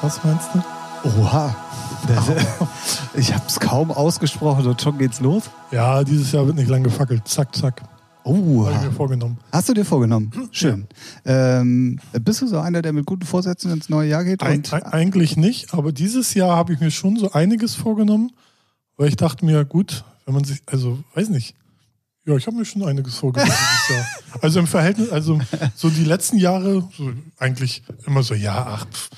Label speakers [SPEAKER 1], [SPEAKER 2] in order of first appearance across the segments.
[SPEAKER 1] Was meinst du?
[SPEAKER 2] Oha. Das, ich habe es kaum ausgesprochen und schon geht's los.
[SPEAKER 3] Ja, dieses Jahr wird nicht lang gefackelt. Zack, zack.
[SPEAKER 2] Oh,
[SPEAKER 1] Ah.
[SPEAKER 3] Habe ich mir vorgenommen.
[SPEAKER 2] hast du dir vorgenommen? Schön. Ähm, bist du so einer, der mit guten Vorsätzen ins neue Jahr geht?
[SPEAKER 3] Eig
[SPEAKER 2] Und,
[SPEAKER 3] eigentlich nicht, aber dieses Jahr habe ich mir schon so einiges vorgenommen, weil ich dachte mir, gut, wenn man sich, also weiß nicht. Ja, ich habe mir schon einiges vorgenommen dieses Jahr. Also im Verhältnis, also so die letzten Jahre, so eigentlich immer so, ja, ach, pf,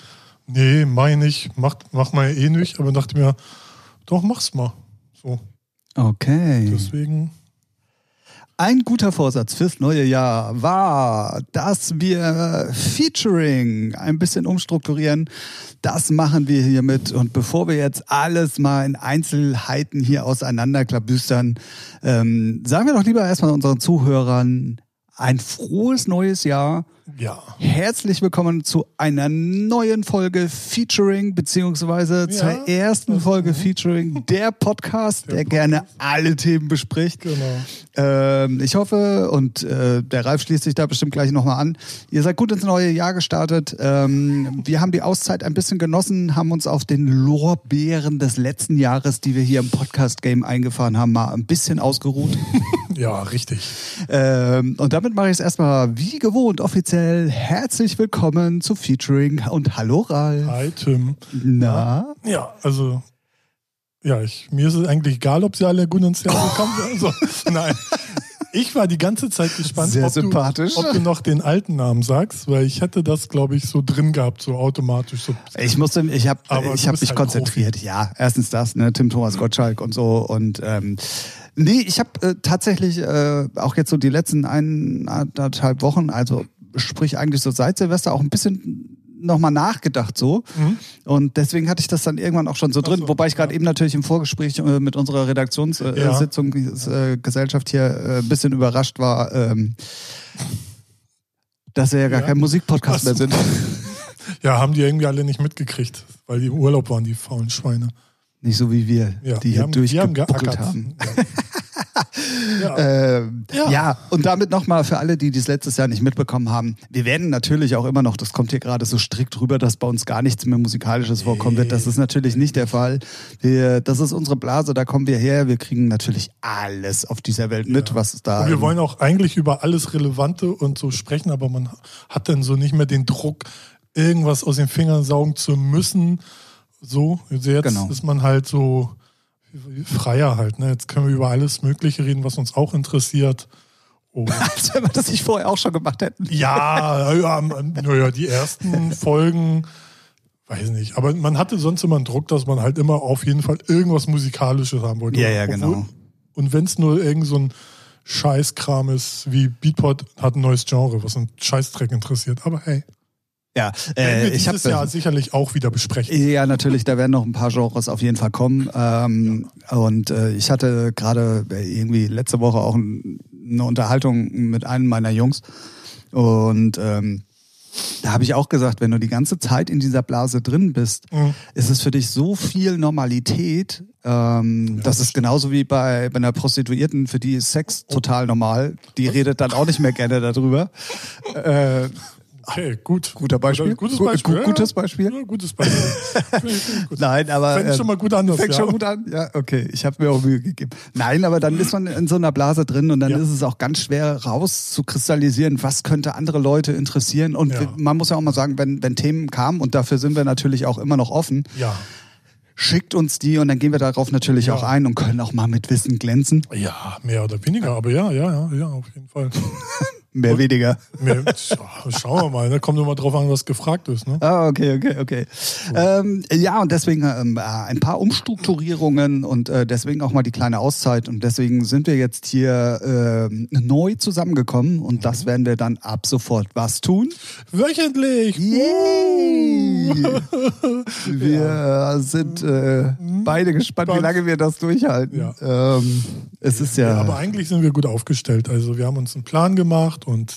[SPEAKER 3] nee, meine ich, mach, mach mal eh nicht, aber dachte mir, doch, mach's mal. So,
[SPEAKER 2] okay.
[SPEAKER 3] deswegen,
[SPEAKER 2] Ein guter Vorsatz fürs neue Jahr war, dass wir Featuring ein bisschen umstrukturieren. Das machen wir hiermit. Und bevor wir jetzt alles mal in Einzelheiten hier auseinanderklabüstern, ähm, sagen wir doch lieber erstmal unseren Zuhörern ein frohes neues Jahr.
[SPEAKER 3] ja.
[SPEAKER 2] Herzlich willkommen zu einer neuen Folge Featuring, beziehungsweise zur ersten Folge Featuring, der Podcast, der gerne alle Themen bespricht.
[SPEAKER 3] Genau.
[SPEAKER 2] Ähm, ich hoffe, und äh, der Ralf schließt sich da bestimmt gleich nochmal an, ihr seid gut ins neue Jahr gestartet. Ähm, wir haben die Auszeit ein bisschen genossen, haben uns auf den Lorbeeren des letzten Jahres, die wir hier im Podcast-Game eingefahren haben, mal ein bisschen ausgeruht.
[SPEAKER 3] Ja, richtig.
[SPEAKER 2] Ähm, und damit mache ich es erstmal wie gewohnt offiziell. Herzlich willkommen zu Featuring und hallo Ralf.
[SPEAKER 3] Hi, Tim.
[SPEAKER 2] Na?
[SPEAKER 3] Ja, also. Ja, ich, mir ist es eigentlich egal, ob sie alle gut ins Jahr gekommen sind. Also, nein. Ich war die ganze Zeit gespannt,
[SPEAKER 2] Sehr
[SPEAKER 3] ob,
[SPEAKER 2] sympathisch.
[SPEAKER 3] Du, ob du noch den alten Namen sagst, weil ich hätte das, glaube ich, so drin gehabt, so automatisch. So.
[SPEAKER 2] Ich musste, ich habe
[SPEAKER 3] Aber
[SPEAKER 2] ich
[SPEAKER 3] du
[SPEAKER 2] hab
[SPEAKER 3] bist
[SPEAKER 2] mich
[SPEAKER 3] halt Mhm.
[SPEAKER 2] konzentriert. Ja, erstens das, ne, Tim Thomas Gottschalk und so. Und ähm, nee, ich habe äh, tatsächlich äh, auch jetzt so die letzten eineinhalb Wochen, also sprich eigentlich so seit Silvester, auch ein bisschen nochmal nachgedacht so. Und deswegen hatte ich das dann irgendwann auch schon so drin.
[SPEAKER 3] Mhm. so,
[SPEAKER 2] Wobei ich gerade eben natürlich im Vorgespräch äh, mit unserer Redaktionssitzung, äh,
[SPEAKER 3] Ja.
[SPEAKER 2] Sitzung, äh, Gesellschaft hier äh, ein bisschen überrascht war, ähm, dass wir ja gar
[SPEAKER 3] Ja.
[SPEAKER 2] kein Musikpodcast
[SPEAKER 3] Ach
[SPEAKER 2] mehr
[SPEAKER 3] so.
[SPEAKER 2] sind.
[SPEAKER 3] Ja, haben die irgendwie alle nicht mitgekriegt, weil die im Urlaub waren, die faulen Schweine.
[SPEAKER 2] Nicht so wie wir,
[SPEAKER 3] Ja,
[SPEAKER 2] die hier durchgebuckelt
[SPEAKER 3] geackert.
[SPEAKER 2] haben.
[SPEAKER 3] Ja. Ja.
[SPEAKER 2] Ähm, ja.
[SPEAKER 3] Ja.
[SPEAKER 2] und damit nochmal für alle, die dies letztes Jahr nicht mitbekommen haben. Wir werden natürlich auch immer noch, das kommt hier gerade so strikt rüber, dass bei uns gar nichts mehr Musikalisches vorkommen wird. Das ist natürlich nicht der Fall. Wir, das ist unsere Blase, da kommen wir her. Wir kriegen natürlich alles auf dieser Welt mit, was es da
[SPEAKER 3] Und wir
[SPEAKER 2] im-
[SPEAKER 3] wollen auch eigentlich über alles Relevante und so sprechen, aber man hat dann so nicht mehr den Druck, irgendwas aus den Fingern saugen zu müssen. So, also jetzt
[SPEAKER 2] Genau.
[SPEAKER 3] ist man halt so freier halt. Ne? Jetzt können wir über alles Mögliche reden, was uns auch interessiert. Oh.
[SPEAKER 2] als wenn wir das nicht vorher auch schon gemacht hätten.
[SPEAKER 3] ja, ja, ähm, naja, die ersten Folgen, weiß nicht. Aber man hatte sonst immer einen Druck, dass man halt immer auf jeden Fall irgendwas Musikalisches haben wollte.
[SPEAKER 2] Ja, ja,
[SPEAKER 3] Obwohl-
[SPEAKER 2] genau.
[SPEAKER 3] Und wenn es nur irgend so ein Scheißkram ist, wie Beatport hat ein neues Genre, was einen Scheißtrack interessiert. Aber hey,
[SPEAKER 2] Ja,
[SPEAKER 3] werden
[SPEAKER 2] äh,
[SPEAKER 3] wir
[SPEAKER 2] ich habe
[SPEAKER 3] dieses Jahr sicherlich auch wieder besprechen.
[SPEAKER 2] Ja, natürlich, da werden noch ein paar Genres auf jeden Fall kommen. Ähm, Und äh, ich hatte gerade äh, irgendwie letzte Woche auch ein, eine Unterhaltung mit einem meiner Jungs. Und ähm, da habe ich auch gesagt, wenn du die ganze Zeit in dieser Blase drin bist,
[SPEAKER 3] Mhm.
[SPEAKER 2] ist es für dich so viel Normalität. Ähm, das ist genauso wie bei, bei einer Prostituierten, für die ist Sex total normal. Die redet dann auch nicht mehr gerne darüber. Äh,
[SPEAKER 3] Okay, gut.
[SPEAKER 2] Guter Beispiel.
[SPEAKER 3] Gutes
[SPEAKER 2] Gu-
[SPEAKER 3] Beispiel.
[SPEAKER 2] gu- gutes Beispiel.
[SPEAKER 3] Ja, gutes Beispiel. Finde ich- finde ich gut.
[SPEAKER 2] Nein, aber.
[SPEAKER 3] Fängt
[SPEAKER 2] äh,
[SPEAKER 3] schon mal gut an. das
[SPEAKER 2] Fängt
[SPEAKER 3] Jahr.
[SPEAKER 2] schon gut an. Ja, okay. Ich habe mir auch Mühe gegeben. Nein, aber dann ist man in so einer Blase drin und dann
[SPEAKER 3] Ja.
[SPEAKER 2] ist es auch ganz schwer rauszukristallisieren, was könnte andere Leute interessieren. Und
[SPEAKER 3] Ja.
[SPEAKER 2] wir- man muss ja auch mal sagen, wenn, wenn Themen kamen, und dafür sind wir natürlich auch immer noch offen,
[SPEAKER 3] Ja.
[SPEAKER 2] schickt uns die und dann gehen wir darauf natürlich
[SPEAKER 3] Ja.
[SPEAKER 2] auch ein und können auch mal mit Wissen glänzen.
[SPEAKER 3] Ja, mehr oder weniger, aber ja, ja, ja, ja, auf jeden Fall.
[SPEAKER 2] Mehr weniger.
[SPEAKER 3] Mehr, scha- schauen wir mal, ne? kommt immer drauf an, was gefragt ist. Ne?
[SPEAKER 2] Ah, okay, okay, okay. Ähm, ja, und deswegen ähm, äh, ein paar Umstrukturierungen und äh, deswegen auch mal die kleine Auszeit. Und deswegen sind wir jetzt hier ähm, neu zusammengekommen und das
[SPEAKER 3] Mhm.
[SPEAKER 2] werden wir dann ab sofort was tun.
[SPEAKER 3] Wöchentlich!
[SPEAKER 2] Yay! Wir äh, sind äh,
[SPEAKER 3] Mhm.
[SPEAKER 2] beide gespannt, wie lange wir das durchhalten. Ähm, es ist ja.
[SPEAKER 3] Ja, aber eigentlich sind wir gut aufgestellt. Also wir haben uns einen Plan gemacht und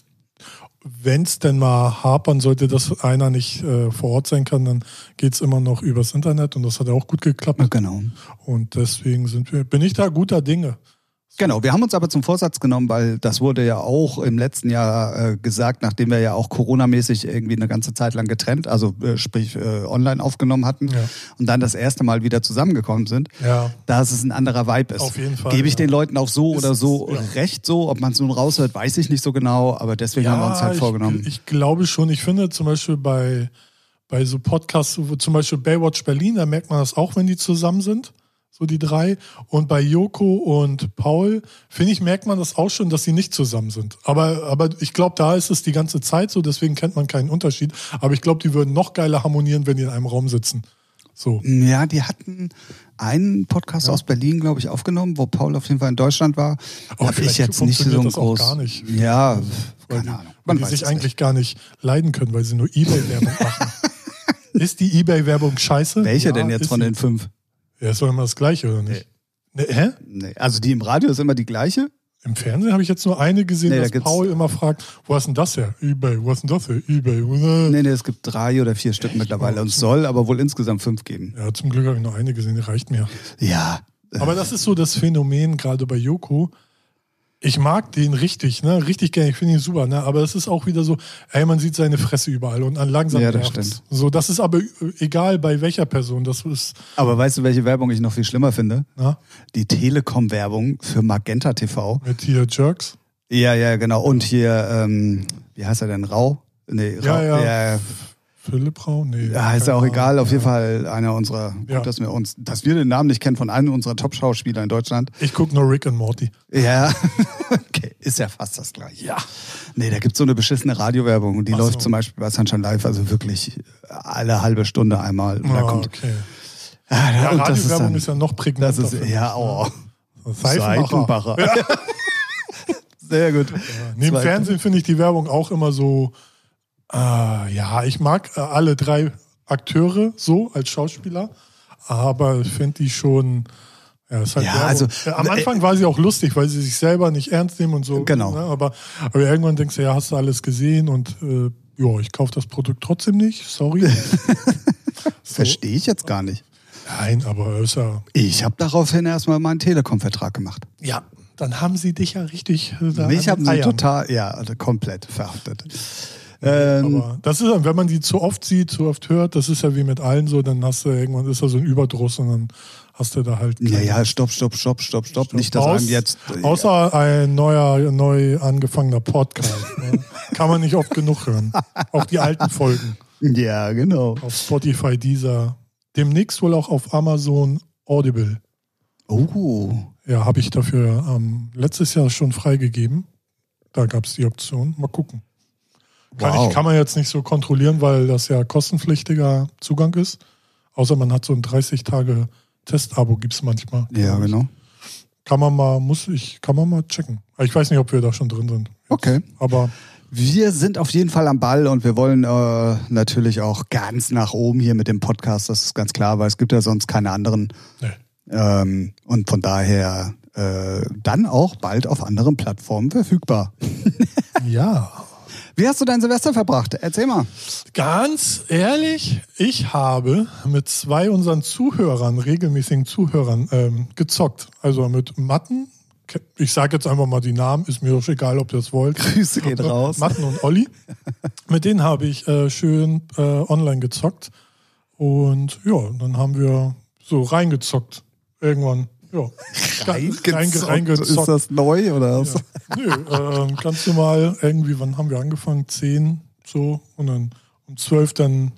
[SPEAKER 3] wenn es denn mal hapern sollte, dass einer nicht äh, vor Ort sein kann, dann geht es immer noch übers Internet und das hat auch gut geklappt.
[SPEAKER 2] Genau.
[SPEAKER 3] Und deswegen sind wir, bin ich da guter Dinge.
[SPEAKER 2] Genau, wir haben uns aber zum Vorsatz genommen, weil das wurde ja auch im letzten Jahr äh, gesagt, nachdem wir ja auch Corona-mäßig irgendwie eine ganze Zeit lang getrennt, also äh, sprich äh, online aufgenommen hatten
[SPEAKER 3] Ja.
[SPEAKER 2] und dann das erste Mal wieder zusammengekommen sind,
[SPEAKER 3] Ja.
[SPEAKER 2] dass es ein anderer Vibe ist.
[SPEAKER 3] Auf jeden Fall,
[SPEAKER 2] Gebe ich
[SPEAKER 3] ja.
[SPEAKER 2] den Leuten auch so
[SPEAKER 3] Ist-
[SPEAKER 2] oder so
[SPEAKER 3] ja.
[SPEAKER 2] recht so, ob man es nun raushört, weiß ich nicht so genau, aber deswegen haben wir uns halt vorgenommen.
[SPEAKER 3] Ich, ich glaube schon. Ich finde zum Beispiel bei, bei so Podcasts, wo zum Beispiel Baywatch Berlin, da merkt man das auch, wenn die zusammen sind, so die drei. Und bei Joko und Paul, finde ich, merkt man das auch schon, dass sie nicht zusammen sind. Aber, aber ich glaube, da ist es die ganze Zeit so, deswegen kennt man keinen Unterschied. Aber ich glaube, die würden noch geiler harmonieren, wenn die in einem Raum sitzen. So.
[SPEAKER 2] Ja, die hatten einen Podcast aus Berlin, glaube ich, aufgenommen, wo Paul auf jeden Fall in Deutschland war.
[SPEAKER 3] Aber
[SPEAKER 2] Hab ich
[SPEAKER 3] vielleicht
[SPEAKER 2] jetzt nicht so
[SPEAKER 3] funktioniert
[SPEAKER 2] ein
[SPEAKER 3] das auch
[SPEAKER 2] groß.
[SPEAKER 3] gar nicht.
[SPEAKER 2] Ja, keine
[SPEAKER 3] die,
[SPEAKER 2] Ahnung.
[SPEAKER 3] Weil
[SPEAKER 2] Man
[SPEAKER 3] die
[SPEAKER 2] weiß
[SPEAKER 3] sich
[SPEAKER 2] es
[SPEAKER 3] eigentlich
[SPEAKER 2] nicht.
[SPEAKER 3] gar nicht leiden können, weil sie nur Ebay-Werbung machen. Ist die Ebay-Werbung scheiße?
[SPEAKER 2] Welche
[SPEAKER 3] Ja,
[SPEAKER 2] denn jetzt
[SPEAKER 3] ist
[SPEAKER 2] von
[SPEAKER 3] sie.
[SPEAKER 2] den fünf?
[SPEAKER 3] Ja, ist doch immer das gleiche, oder nicht? Nee. hä?
[SPEAKER 2] Nee. Also die im Radio ist immer die gleiche.
[SPEAKER 3] Im Fernsehen habe ich jetzt nur eine gesehen,
[SPEAKER 2] Nee, da
[SPEAKER 3] dass
[SPEAKER 2] gibt's-
[SPEAKER 3] Paul immer fragt, wo hast denn das her? Ebay, wo hast denn das her? Ebay. wo- äh.
[SPEAKER 2] Nee, nee, es gibt drei oder vier Stück mittlerweile und es soll aber wohl insgesamt fünf geben.
[SPEAKER 3] Ja, zum Glück habe ich nur eine gesehen, die reicht mir.
[SPEAKER 2] Ja.
[SPEAKER 3] Aber das ist so das Phänomen, gerade bei Joko. Ich mag den richtig, ne? Richtig gerne, ich finde ihn super, ne? Aber es ist auch wieder so, ey, man sieht seine Fresse überall und an langsam
[SPEAKER 2] Ja, das
[SPEAKER 3] nervt's.
[SPEAKER 2] stimmt.
[SPEAKER 3] So, das ist aber egal bei welcher Person, das ist,
[SPEAKER 2] Aber weißt du, welche Werbung ich noch viel schlimmer finde?
[SPEAKER 3] ne?
[SPEAKER 2] Die Telekom-Werbung für Magenta TV.
[SPEAKER 3] Mit hier Jerks.
[SPEAKER 2] Ja, ja, genau. Und hier, ähm, wie heißt er denn? Rau? Nee,
[SPEAKER 3] Ja,
[SPEAKER 2] Rau.
[SPEAKER 3] ja.
[SPEAKER 2] ja
[SPEAKER 3] Philipp Rau? Nee.
[SPEAKER 2] Ja, ist ja
[SPEAKER 3] keine
[SPEAKER 2] auch
[SPEAKER 3] Ahnung.
[SPEAKER 2] egal. Auf jeden Fall einer unserer, gut,
[SPEAKER 3] Ja.
[SPEAKER 2] dass wir uns, dass wir den Namen nicht kennen von einem unserer Top-Schauspieler in Deutschland.
[SPEAKER 3] Ich gucke nur Rick und Morty.
[SPEAKER 2] Ja, okay, ist ja fast das gleiche.
[SPEAKER 3] Ja.
[SPEAKER 2] Nee, da gibt's so eine beschissene Radiowerbung und die
[SPEAKER 3] Ach so.
[SPEAKER 2] läuft zum Beispiel bei Sunshine Live, also wirklich alle halbe Stunde einmal. Und da
[SPEAKER 3] Ja,
[SPEAKER 2] kommt,
[SPEAKER 3] Oh, okay.
[SPEAKER 2] Ah,
[SPEAKER 3] Ja,
[SPEAKER 2] und das ist
[SPEAKER 3] Radiowerbung
[SPEAKER 2] dann,
[SPEAKER 3] ist, ja noch prägnant.
[SPEAKER 2] das ist, ja, oh,
[SPEAKER 3] Seifenbacher.
[SPEAKER 2] Seitenbacher. Sehr gut.
[SPEAKER 3] Neben
[SPEAKER 2] Zweite.
[SPEAKER 3] Fernsehen finde ich die Werbung auch immer so, äh, ja, ich mag äh, alle drei Akteure so als Schauspieler, aber finde die schon, ja, ist halt
[SPEAKER 2] Ja,
[SPEAKER 3] Werbung.
[SPEAKER 2] also,
[SPEAKER 3] Äh, am
[SPEAKER 2] äh,
[SPEAKER 3] Anfang war sie auch lustig, weil sie sich selber nicht ernst nehmen und so.
[SPEAKER 2] Genau.
[SPEAKER 3] Ne, aber, aber irgendwann denkst du, ja, hast du alles gesehen und äh, ja, ich kaufe das Produkt trotzdem nicht, sorry. So.
[SPEAKER 2] Verstehe ich jetzt gar nicht.
[SPEAKER 3] Nein, aber ist ja,
[SPEAKER 2] Ich habe daraufhin erstmal meinen Telekom-Vertrag gemacht.
[SPEAKER 3] ja, dann haben sie dich ja richtig. äh, da
[SPEAKER 2] Mich
[SPEAKER 3] an
[SPEAKER 2] haben
[SPEAKER 3] den
[SPEAKER 2] sie
[SPEAKER 3] Eiern.
[SPEAKER 2] total, ja, also komplett verhaftet. Ähm,
[SPEAKER 3] Aber das ist, ja, wenn man die zu oft sieht, zu oft hört, das ist ja wie mit allen so, dann hast du irgendwann ist da so ein Überdruss und dann hast du da halt.
[SPEAKER 2] ja, ja, stopp, stopp, stopp, stopp, stopp. Nicht, dass
[SPEAKER 3] Aus-
[SPEAKER 2] einem jetzt. äh,
[SPEAKER 3] Außer ein neuer, neu angefangener Podcast. ne? Kann man nicht oft genug hören. Auch die alten Folgen
[SPEAKER 2] Ja, genau.
[SPEAKER 3] auf Spotify, dieser. Demnächst wohl auch auf Amazon Audible.
[SPEAKER 2] Oh,
[SPEAKER 3] Ja, habe ich dafür ähm, letztes Jahr schon freigegeben. Da gab es die Option. Mal gucken. Kann,
[SPEAKER 2] Wow.
[SPEAKER 3] ich, kann man jetzt nicht so kontrollieren, weil das ja kostenpflichtiger Zugang ist. Außer man hat so ein 30-Tage-Testabo, gibt es manchmal.
[SPEAKER 2] ja, genau.
[SPEAKER 3] Kann man mal, muss ich, kann man mal checken. Ich weiß nicht, ob wir da schon drin sind.
[SPEAKER 2] Okay.
[SPEAKER 3] Aber
[SPEAKER 2] Wir sind auf jeden Fall am Ball und wir wollen äh, natürlich auch ganz nach oben hier mit dem Podcast. Das ist ganz klar, weil es gibt ja sonst keine anderen.
[SPEAKER 3] nee.
[SPEAKER 2] Ähm, und von daher äh, dann auch bald auf anderen Plattformen verfügbar.
[SPEAKER 3] ja.
[SPEAKER 2] Wie hast du dein Silvester verbracht? Erzähl mal.
[SPEAKER 3] Ganz ehrlich, ich habe mit zwei unseren Zuhörern, regelmäßigen Zuhörern, ähm, gezockt. Also mit Matten. Ich sage jetzt einfach mal die Namen, ist mir doch egal, ob ihr das wollt.
[SPEAKER 2] Grüße gehen raus.
[SPEAKER 3] Matten und Olli. mit denen habe ich äh, schön äh, online gezockt. Und ja, dann haben wir so reingezockt. Irgendwann. Ja. Reinge-
[SPEAKER 2] Ist
[SPEAKER 3] reingezockt.
[SPEAKER 2] das neu oder was?
[SPEAKER 3] Ja. Nö, ähm, ganz normal irgendwie, wann haben wir angefangen? Zehn, so. Und dann um zwölf dann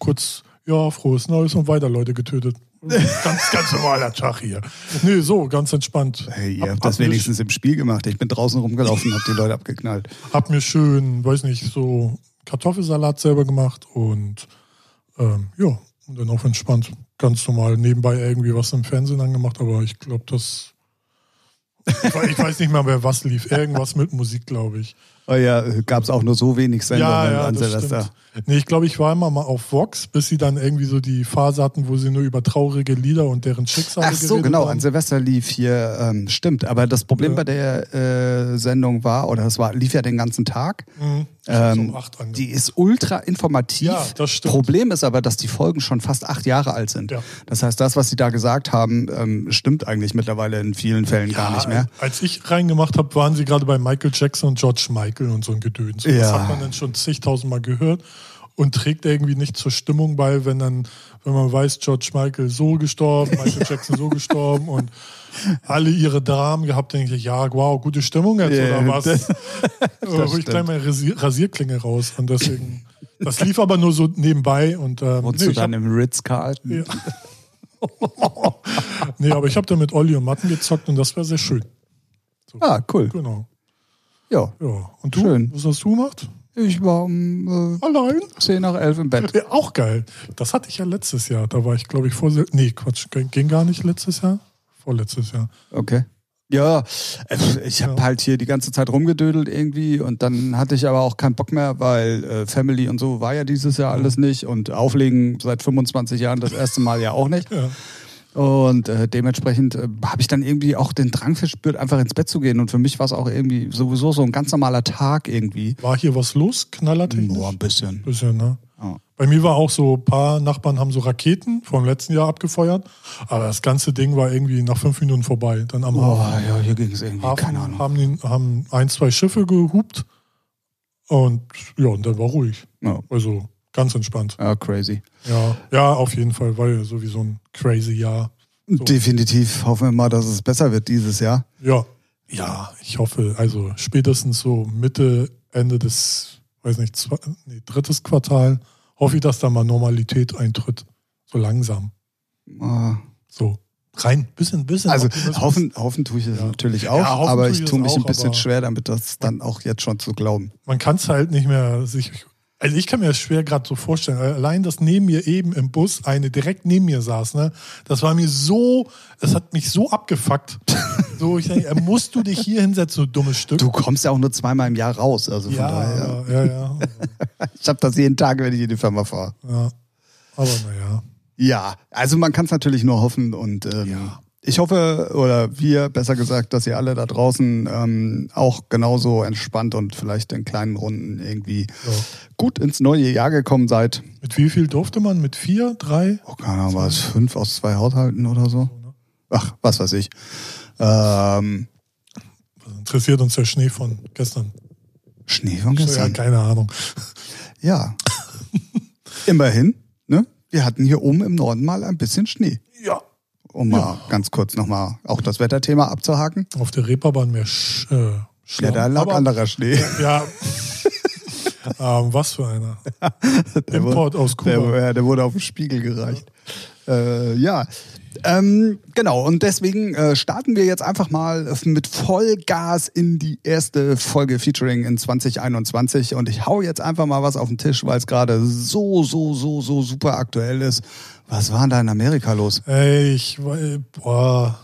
[SPEAKER 3] kurz, ja, frohes Neues und weiter Leute getötet. Ganz, ganz normaler Tag hier. Nö, so, ganz entspannt.
[SPEAKER 2] Hey, ihr
[SPEAKER 3] Hab-
[SPEAKER 2] habt das
[SPEAKER 3] hab mir
[SPEAKER 2] wenigstens im Spiel gemacht. Ich bin draußen rumgelaufen und hab die Leute abgeknallt.
[SPEAKER 3] hab mir schön, weiß nicht, so Kartoffelsalat selber gemacht und ähm, ja, und dann auch entspannt ganz normal nebenbei irgendwie was im Fernsehen angemacht, aber ich glaube, das. Ich we- ich weiß nicht mal, wer was lief. Irgendwas mit Musik, glaube ich.
[SPEAKER 2] Oh ja, gab's auch nur so wenig Sender
[SPEAKER 3] ja,
[SPEAKER 2] an-
[SPEAKER 3] ja,
[SPEAKER 2] an
[SPEAKER 3] das
[SPEAKER 2] Silvester.
[SPEAKER 3] stimmt. Nee, ich glaube, ich war immer mal auf Vox, bis sie dann irgendwie so die Phase hatten, wo sie nur über traurige Lieder und deren Schicksale
[SPEAKER 2] Ach so,
[SPEAKER 3] geredet
[SPEAKER 2] genau, an
[SPEAKER 3] haben.
[SPEAKER 2] Silvester lief hier, ähm, stimmt. Aber das Problem
[SPEAKER 3] Ja.
[SPEAKER 2] bei der äh, Sendung war, oder es war, lief ja den ganzen Tag.
[SPEAKER 3] Mhm. Ich hab's
[SPEAKER 2] Ähm,
[SPEAKER 3] um acht angefangen.
[SPEAKER 2] die ist ultra informativ.
[SPEAKER 3] Ja, das stimmt.
[SPEAKER 2] Problem ist aber, dass die Folgen schon fast acht Jahre alt sind.
[SPEAKER 3] Ja.
[SPEAKER 2] Das heißt, das, was sie da gesagt haben, ähm, stimmt eigentlich mittlerweile in vielen Fällen gar nicht mehr.
[SPEAKER 3] Als ich reingemacht habe, waren sie gerade bei Michael Jackson und George Michael und so ein Gedöns. Und Das
[SPEAKER 2] Ja.
[SPEAKER 3] hat man dann schon zigtausendmal gehört und trägt irgendwie nicht zur Stimmung bei, wenn dann, wenn man weiß, George Michael so gestorben, Michael Jackson so gestorben und alle ihre Dramen gehabt, denke ich, ja, wow, gute Stimmung jetzt
[SPEAKER 2] Ja,
[SPEAKER 3] oder was?
[SPEAKER 2] das-
[SPEAKER 3] Äh, Hol ich
[SPEAKER 2] stimmt.
[SPEAKER 3] gleich meine Rasier Rasierklinge raus und deswegen. Das lief aber nur so nebenbei und ähm,
[SPEAKER 2] Wohnst
[SPEAKER 3] nee,
[SPEAKER 2] du
[SPEAKER 3] ich hab-
[SPEAKER 2] dann im Ritz-Carlton?
[SPEAKER 3] Ja. nee, aber ich habe da mit Olli und Matten gezockt und das war sehr schön.
[SPEAKER 2] Ah, cool.
[SPEAKER 3] Genau.
[SPEAKER 2] Ja.
[SPEAKER 3] Ja. Und du?
[SPEAKER 2] Schön.
[SPEAKER 3] Was hast du gemacht?
[SPEAKER 2] Ich war um äh,
[SPEAKER 3] Allein?
[SPEAKER 2] 10 nach 11 im Bett.
[SPEAKER 3] Ja, auch geil. Das hatte ich ja letztes Jahr. Da war ich, glaube ich, vor. Nee, Quatsch. Ging ging gar nicht letztes Jahr. Vorletztes Jahr.
[SPEAKER 2] Okay. Ja, also ich habe halt hier die ganze Zeit rumgedödelt irgendwie und dann hatte ich aber auch keinen Bock mehr, weil äh, Family und so war ja dieses Jahr alles nicht und Auflegen seit 25 Jahren das erste Mal ja auch nicht.
[SPEAKER 3] Ja.
[SPEAKER 2] Und äh, dementsprechend äh, habe ich dann irgendwie auch den Drang verspürt, einfach ins Bett zu gehen und für mich war es auch irgendwie sowieso so ein ganz normaler Tag irgendwie.
[SPEAKER 3] War hier was los? Knallertechnisch?
[SPEAKER 2] Boah, Ah. ein bisschen.
[SPEAKER 3] Bisschen, ne?
[SPEAKER 2] Ja.
[SPEAKER 3] Bei mir war auch so, ein paar Nachbarn haben so Raketen vom letzten Jahr abgefeuert, aber das ganze Ding war irgendwie nach fünf Minuten vorbei. Dann am Hafen.
[SPEAKER 2] Boah, Oh, ja, hier ging es irgendwie,
[SPEAKER 3] Oh, Hafen
[SPEAKER 2] keine Ahnung.
[SPEAKER 3] haben, den, haben ein, zwei Schiffe gehupt und ja, und dann war ruhig.
[SPEAKER 2] Ja.
[SPEAKER 3] Also ganz entspannt.
[SPEAKER 2] ja, crazy.
[SPEAKER 3] Ja, ja auf jeden Fall, weil ja sowieso ein crazy Jahr. So.
[SPEAKER 2] Definitiv hoffen wir mal, dass es besser wird dieses Jahr.
[SPEAKER 3] Ja, ja, ich hoffe, also spätestens so Mitte, Ende des, weiß nicht, zwei, nee, drittes Quartal, hoffe ich, dass da mal Normalität eintritt. So langsam.
[SPEAKER 2] Ah.
[SPEAKER 3] So rein, bisschen, bisschen.
[SPEAKER 2] Also
[SPEAKER 3] Optimismus.
[SPEAKER 2] hoffen, hoffen tue ich es
[SPEAKER 3] Ja.
[SPEAKER 2] natürlich
[SPEAKER 3] Ja,
[SPEAKER 2] auch,
[SPEAKER 3] hoffen
[SPEAKER 2] aber
[SPEAKER 3] tue
[SPEAKER 2] ich
[SPEAKER 3] ich es
[SPEAKER 2] tue mich
[SPEAKER 3] auch,
[SPEAKER 2] ein bisschen
[SPEAKER 3] aber-
[SPEAKER 2] schwer damit, das dann auch jetzt schon zu glauben.
[SPEAKER 3] man kann es halt nicht mehr sich. Also ich kann mir das schwer gerade so vorstellen. Allein, dass neben mir eben im Bus eine direkt neben mir saß, ne? Das war mir so, das hat mich so abgefuckt. So, ich denke, musst du dich hier hinsetzen, du dummes Stück.
[SPEAKER 2] Du kommst ja auch nur zweimal im Jahr raus, also von daher.
[SPEAKER 3] ja, ja, ja,
[SPEAKER 2] Ich habe das jeden Tag, wenn ich in die Firma fahre.
[SPEAKER 3] ja. Aber naja.
[SPEAKER 2] Ja, also man kann es natürlich nur hoffen und ähm, ich hoffe, oder wir besser gesagt, dass ihr alle da draußen ähm, auch genauso entspannt und vielleicht in kleinen Runden irgendwie
[SPEAKER 3] Ja.
[SPEAKER 2] gut ins neue Jahr gekommen seid.
[SPEAKER 3] Mit wie viel durfte man? Mit vier, drei?
[SPEAKER 2] Oh, keine Ahnung, war es fünf aus zwei Haushalten oder so? ne? Ach, was weiß ich. Ähm,
[SPEAKER 3] Das Also interessiert uns der Schnee von gestern.
[SPEAKER 2] Schnee von
[SPEAKER 3] So, ja,
[SPEAKER 2] gestern.
[SPEAKER 3] keine Ahnung.
[SPEAKER 2] Ja. Immerhin, ne? Wir hatten hier oben im Norden mal ein bisschen Schnee.
[SPEAKER 3] Ja.
[SPEAKER 2] Um mal ganz kurz nochmal auch das Wetterthema abzuhaken.
[SPEAKER 3] Auf der Reeperbahn mehr Sch äh,
[SPEAKER 2] Ja,
[SPEAKER 3] Schlamm.
[SPEAKER 2] da lag
[SPEAKER 3] Aber-
[SPEAKER 2] anderer Schnee.
[SPEAKER 3] Ja. ähm, was für einer.
[SPEAKER 2] wurde-
[SPEAKER 3] Import aus
[SPEAKER 2] Der,
[SPEAKER 3] Kuba.
[SPEAKER 2] ja, der wurde auf den Spiegel gereicht. Äh, ja. Ähm, genau, und deswegen äh, starten wir jetzt einfach mal mit Vollgas in die erste Folge Featuring in 2021. Und ich hau jetzt einfach mal was auf den Tisch, weil es gerade so, so, so, so super aktuell ist. Was war denn da in Amerika los?
[SPEAKER 3] Ey, ich wei- boah.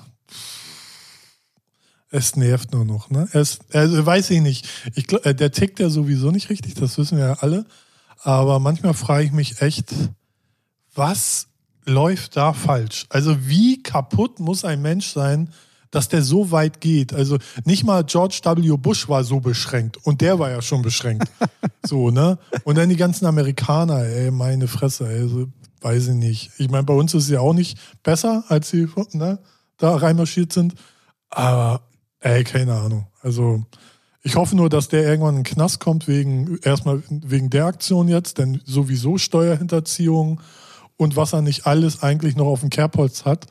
[SPEAKER 3] Es nervt nur noch, ne? Es, also weiß ich nicht. Ich, gl- äh, der tickt ja sowieso nicht richtig, das wissen wir ja alle. Aber manchmal frage ich mich echt, was läuft da falsch? Also wie kaputt muss ein Mensch sein, dass der so weit geht? Also nicht mal George W. Bush war so beschränkt und der war ja schon beschränkt. so, ne? Und dann die ganzen Amerikaner, ey, meine Fresse, ey, so, weiß ich nicht. Ich meine, bei uns ist es ja auch nicht besser, als sie ne, da reinmarschiert sind. Aber, ey, keine Ahnung. Also, ich hoffe nur, dass der irgendwann in den Knast kommt, wegen, erstmal wegen der Aktion jetzt, denn sowieso Steuerhinterziehung und was er nicht alles eigentlich noch auf dem Kerbholz hat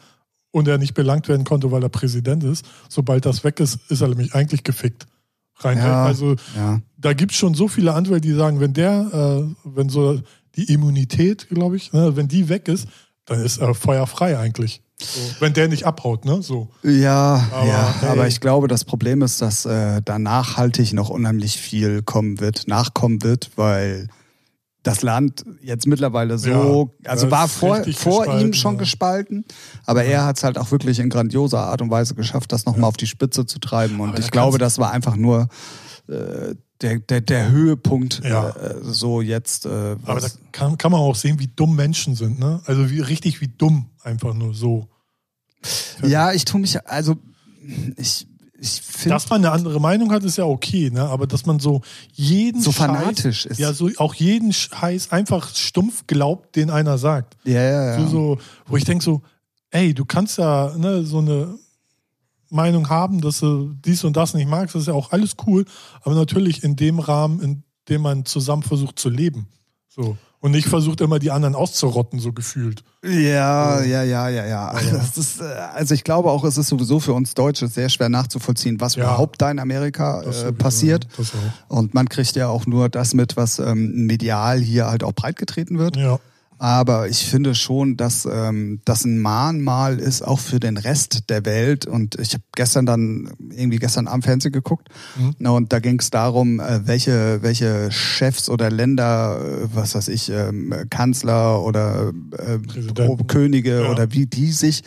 [SPEAKER 3] und er nicht belangt werden konnte, weil er Präsident ist. Sobald das weg ist, ist er nämlich eigentlich gefickt. Rein,
[SPEAKER 2] Ja.
[SPEAKER 3] also,
[SPEAKER 2] Ja.
[SPEAKER 3] da gibt es schon so viele Anwälte, die sagen, wenn der, äh, wenn so die Immunität, glaube ich, ne, wenn die weg ist, dann ist er feuerfrei eigentlich. So, wenn der nicht abhaut, ne? So.
[SPEAKER 2] Ja, aber,
[SPEAKER 3] Aber,
[SPEAKER 2] ja,
[SPEAKER 3] hey.
[SPEAKER 2] aber ich glaube, das Problem ist, dass äh, da nachhaltig noch unheimlich viel kommen wird, nachkommen wird, weil das Land jetzt mittlerweile so,
[SPEAKER 3] Ja,
[SPEAKER 2] also
[SPEAKER 3] das
[SPEAKER 2] war
[SPEAKER 3] ist
[SPEAKER 2] vor,
[SPEAKER 3] richtig
[SPEAKER 2] vor ihm
[SPEAKER 3] gespalten,
[SPEAKER 2] schon
[SPEAKER 3] ja.
[SPEAKER 2] gespalten, aber er hat es halt auch wirklich in grandioser Art und Weise geschafft, das nochmal mal auf die Spitze zu treiben. Und
[SPEAKER 3] Aber da
[SPEAKER 2] ich glaube,
[SPEAKER 3] kannst-
[SPEAKER 2] das war einfach nur äh, der, der, der Höhepunkt
[SPEAKER 3] Ja.
[SPEAKER 2] äh, so jetzt. Äh,
[SPEAKER 3] Aber da
[SPEAKER 2] was-
[SPEAKER 3] kann, kann man auch sehen, wie dumm Menschen sind, ne? Also wie richtig wie dumm, einfach nur so.
[SPEAKER 2] ja, ich tue mich, also ich, ich finde
[SPEAKER 3] Dass man eine andere Meinung hat, ist ja okay, ne? Aber dass man so jeden
[SPEAKER 2] so fanatisch ist.
[SPEAKER 3] Scheiß, ja so auch jeden Scheiß einfach stumpf glaubt, den einer sagt.
[SPEAKER 2] ja, ja, ja.
[SPEAKER 3] So, so, wo ich denke so, ey, du kannst ja ne, so eine Meinung haben, dass du dies und das nicht magst, das ist ja auch alles cool, aber natürlich in dem Rahmen, in dem man zusammen versucht zu leben. So. Und nicht versucht immer die anderen auszurotten, so
[SPEAKER 2] Äh,
[SPEAKER 3] gefühlt. Oh.
[SPEAKER 2] Ja, ja, ja, ja, ja. Das ist, äh, also ich glaube auch, es ist sowieso für uns Deutsche sehr schwer nachzuvollziehen, was
[SPEAKER 3] Ja.
[SPEAKER 2] überhaupt da in Amerika
[SPEAKER 3] Das
[SPEAKER 2] äh,
[SPEAKER 3] sowieso,
[SPEAKER 2] passiert.
[SPEAKER 3] ja, Das auch.
[SPEAKER 2] Und man kriegt ja auch nur das mit, was ähm, medial hier halt auch breitgetreten wird.
[SPEAKER 3] Ja,
[SPEAKER 2] Aber ich finde schon, dass ähm, das ein Mahnmal ist, auch für den Rest der Welt. Und ich habe gestern dann, irgendwie gestern Abend Fernsehen geguckt.
[SPEAKER 3] Mhm.
[SPEAKER 2] Na, Und da ging es darum, äh, welche, welche Chefs oder Länder, äh, was weiß ich, ähm, Kanzler oder äh,
[SPEAKER 3] Präsidenten.
[SPEAKER 2] Könige
[SPEAKER 3] Ja.
[SPEAKER 2] oder wie die sich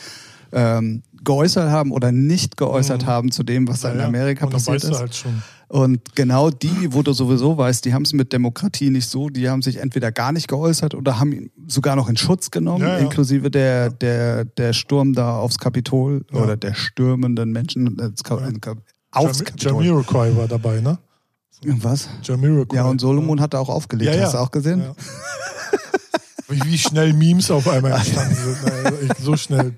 [SPEAKER 2] ähm, geäußert haben oder nicht geäußert haben zu dem, was da in
[SPEAKER 3] Mhm. Ja, ja.
[SPEAKER 2] Amerika
[SPEAKER 3] und dann
[SPEAKER 2] passiert
[SPEAKER 3] weißt du
[SPEAKER 2] ist.
[SPEAKER 3] halt schon.
[SPEAKER 2] Und genau die, wo du sowieso weißt, die haben es mit Demokratie nicht so, die haben sich entweder gar nicht geäußert oder haben ihn sogar noch in Schutz genommen,
[SPEAKER 3] Ja, ja.
[SPEAKER 2] inklusive der, der, der Sturm da aufs Kapitol
[SPEAKER 3] Ja.
[SPEAKER 2] oder der stürmenden Menschen ins Ka ins Ka aufs
[SPEAKER 3] Jam-
[SPEAKER 2] Kapitol.
[SPEAKER 3] Jamiroquai war dabei, ne?
[SPEAKER 2] Was?
[SPEAKER 3] Jamiroquai.
[SPEAKER 2] Ja, und Solomon hat da auch aufgelegt, hast du auch gesehen?
[SPEAKER 3] Ja. Wie wie schnell Memes auf einmal entstanden sind. ne? Also ich- So
[SPEAKER 2] Ähm.
[SPEAKER 3] schnell.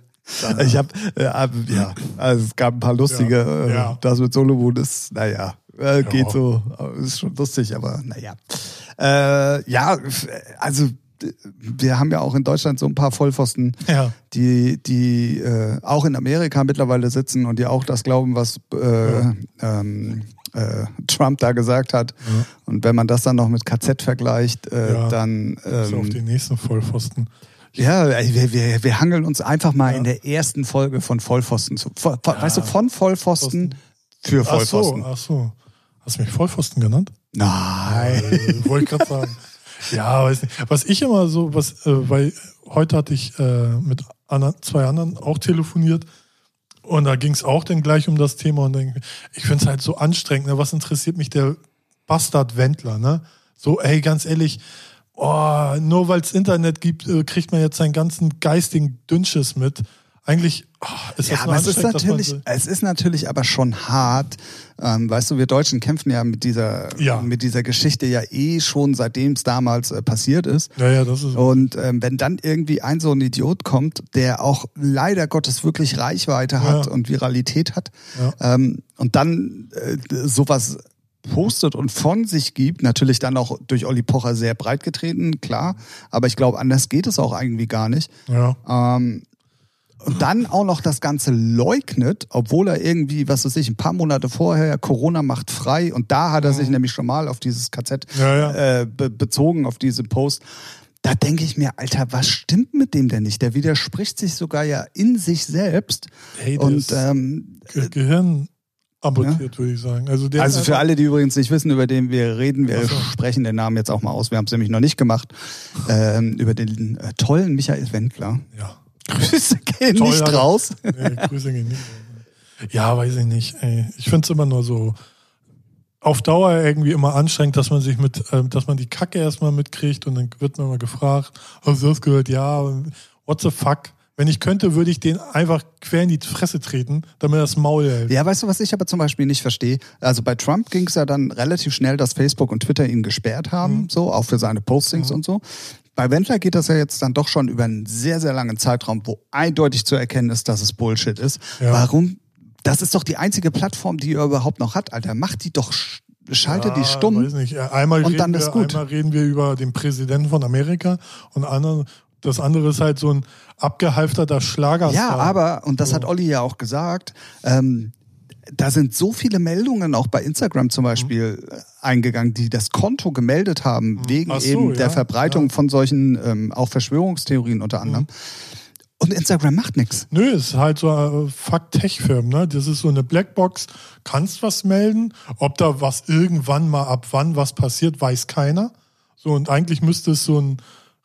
[SPEAKER 2] Ich habe äh, ab- ja, also es gab ein paar lustige.
[SPEAKER 3] Ja.
[SPEAKER 2] Äh,
[SPEAKER 3] Ja.
[SPEAKER 2] Das mit Solomon ist, naja, äh, geht
[SPEAKER 3] Ja.
[SPEAKER 2] so, äh, ist schon lustig, aber naja. Äh, ja, f- also d- wir haben ja auch in Deutschland so ein paar Vollpfosten,
[SPEAKER 3] Ja.
[SPEAKER 2] die, die äh, auch in Amerika mittlerweile sitzen und die auch das glauben, was äh, ähm, äh, Trump da gesagt hat. Und wenn man das dann noch mit KZ vergleicht, äh,
[SPEAKER 3] Ja.
[SPEAKER 2] dann
[SPEAKER 3] So auf
[SPEAKER 2] ähm,
[SPEAKER 3] den nächsten Vollpfosten.
[SPEAKER 2] ja, ey, wir, wir, wir hangeln uns einfach mal
[SPEAKER 3] Ja.
[SPEAKER 2] in der ersten Folge von Vollpfosten zu. Vo, vo, Weißt du, von Vollpfosten für
[SPEAKER 3] Ach so,
[SPEAKER 2] Vollpfosten.
[SPEAKER 3] ach so. Hast du mich Vollpfosten genannt?
[SPEAKER 2] Nein.
[SPEAKER 3] Äh, Wollte ich gerade sagen. Ja, weiß nicht. Was ich immer so, was, äh, weil heute hatte ich äh, mit anderen, zwei anderen auch telefoniert und da ging es auch dann gleich um das Thema und dann, ich finde es halt so anstrengend. Ne? Was interessiert mich der Bastard Wendler? Ne? So, ey, ganz ehrlich, oh, nur weil es Internet gibt, äh, kriegt man jetzt seinen ganzen geistigen Dünnschiss mit. Eigentlich oh, ist das
[SPEAKER 2] Ja,
[SPEAKER 3] nur
[SPEAKER 2] aber es ist
[SPEAKER 3] anstrengend, dass man
[SPEAKER 2] natürlich,
[SPEAKER 3] so-
[SPEAKER 2] es ist natürlich aber schon hart. Ähm, weißt du, wir Deutschen kämpfen ja mit dieser,
[SPEAKER 3] Ja.
[SPEAKER 2] mit dieser Geschichte ja eh schon, seitdem es damals äh, passiert ist.
[SPEAKER 3] Ja, ja, das ist.
[SPEAKER 2] Und ähm, wenn dann irgendwie ein so ein Idiot kommt, der auch leider Gottes wirklich Reichweite hat
[SPEAKER 3] Ja.
[SPEAKER 2] und Viralität hat,
[SPEAKER 3] Ja.
[SPEAKER 2] ähm, und dann äh, sowas postet und von sich gibt, natürlich dann auch durch Olli Pocher sehr breit getreten, klar, aber ich glaube, anders geht es auch irgendwie gar nicht.
[SPEAKER 3] Ja.
[SPEAKER 2] Ähm, und dann auch noch das Ganze leugnet, obwohl er irgendwie, was weiß ich, ein paar Monate vorher, Corona macht frei und da hat er sich nämlich schon mal auf dieses KZ
[SPEAKER 3] Mhm. Ja, ja.
[SPEAKER 2] Äh, be bezogen, auf diese Post. Da denke ich mir, Alter, was stimmt mit dem denn nicht? Der widerspricht sich sogar ja in sich selbst.
[SPEAKER 3] Hey, der
[SPEAKER 2] und
[SPEAKER 3] ist-
[SPEAKER 2] ähm,
[SPEAKER 3] Ge Gehirn amputiert, würde ich sagen. Also, der
[SPEAKER 2] also
[SPEAKER 3] ist
[SPEAKER 2] für
[SPEAKER 3] einfach-
[SPEAKER 2] alle, die übrigens nicht wissen, über den wir reden, wir
[SPEAKER 3] Ach so.
[SPEAKER 2] sprechen den Namen jetzt auch mal aus. Wir haben es nämlich noch nicht gemacht. Ähm, über den äh, tollen Michael Wendler.
[SPEAKER 3] Ja.
[SPEAKER 2] Grüße gehen
[SPEAKER 3] Toll,
[SPEAKER 2] nicht
[SPEAKER 3] Alter.
[SPEAKER 2] raus.
[SPEAKER 3] Nee, Grüße gehen nicht. Ja, weiß ich nicht. Ey. Ich finde es immer nur so auf Dauer irgendwie immer anstrengend, dass man sich mit, ähm, dass man die Kacke erstmal mitkriegt und dann wird man immer gefragt, hast du das gehört? Ja, what the fuck? Wenn ich könnte, würde ich den einfach quer in die Fresse treten, damit er das Maul hält.
[SPEAKER 2] Ja, weißt du, was ich aber zum Beispiel nicht verstehe? Also bei Trump ging es ja dann relativ schnell, dass Facebook und Twitter ihn gesperrt haben, so, auch für seine Postings und so. Bei Wendler geht das ja jetzt dann doch schon über einen sehr, sehr langen Zeitraum, wo eindeutig zu erkennen ist, dass es Bullshit ist.
[SPEAKER 3] Ja.
[SPEAKER 2] Warum? Das ist doch die einzige Plattform, die er überhaupt noch hat, Alter. Mach die doch, sch- schalte die stumm.
[SPEAKER 3] Weiß nicht. Einmal,
[SPEAKER 2] Und
[SPEAKER 3] reden
[SPEAKER 2] dann ist
[SPEAKER 3] wir,
[SPEAKER 2] gut.
[SPEAKER 3] einmal reden wir über den Präsidenten von Amerika und anderen, das andere ist halt so ein abgehalfterter Schlagerstar.
[SPEAKER 2] Ja, aber, und das
[SPEAKER 3] Oh.
[SPEAKER 2] hat Olli ja auch gesagt, ähm, da sind so viele Meldungen auch bei Instagram
[SPEAKER 3] Mhm.
[SPEAKER 2] zum Beispiel äh, eingegangen, die das Konto gemeldet haben, wegen
[SPEAKER 3] Mhm. Ach so,
[SPEAKER 2] eben der
[SPEAKER 3] ja,
[SPEAKER 2] Verbreitung von solchen ähm, auch Verschwörungstheorien unter anderem.
[SPEAKER 3] Mhm.
[SPEAKER 2] Und Instagram macht nichts.
[SPEAKER 3] Nö, ist halt so äh, fuck Tech-Firmen, ne? Das ist so eine Blackbox, kannst was melden, ob da was irgendwann mal ab wann was passiert, weiß keiner. So und eigentlich müsste es so ein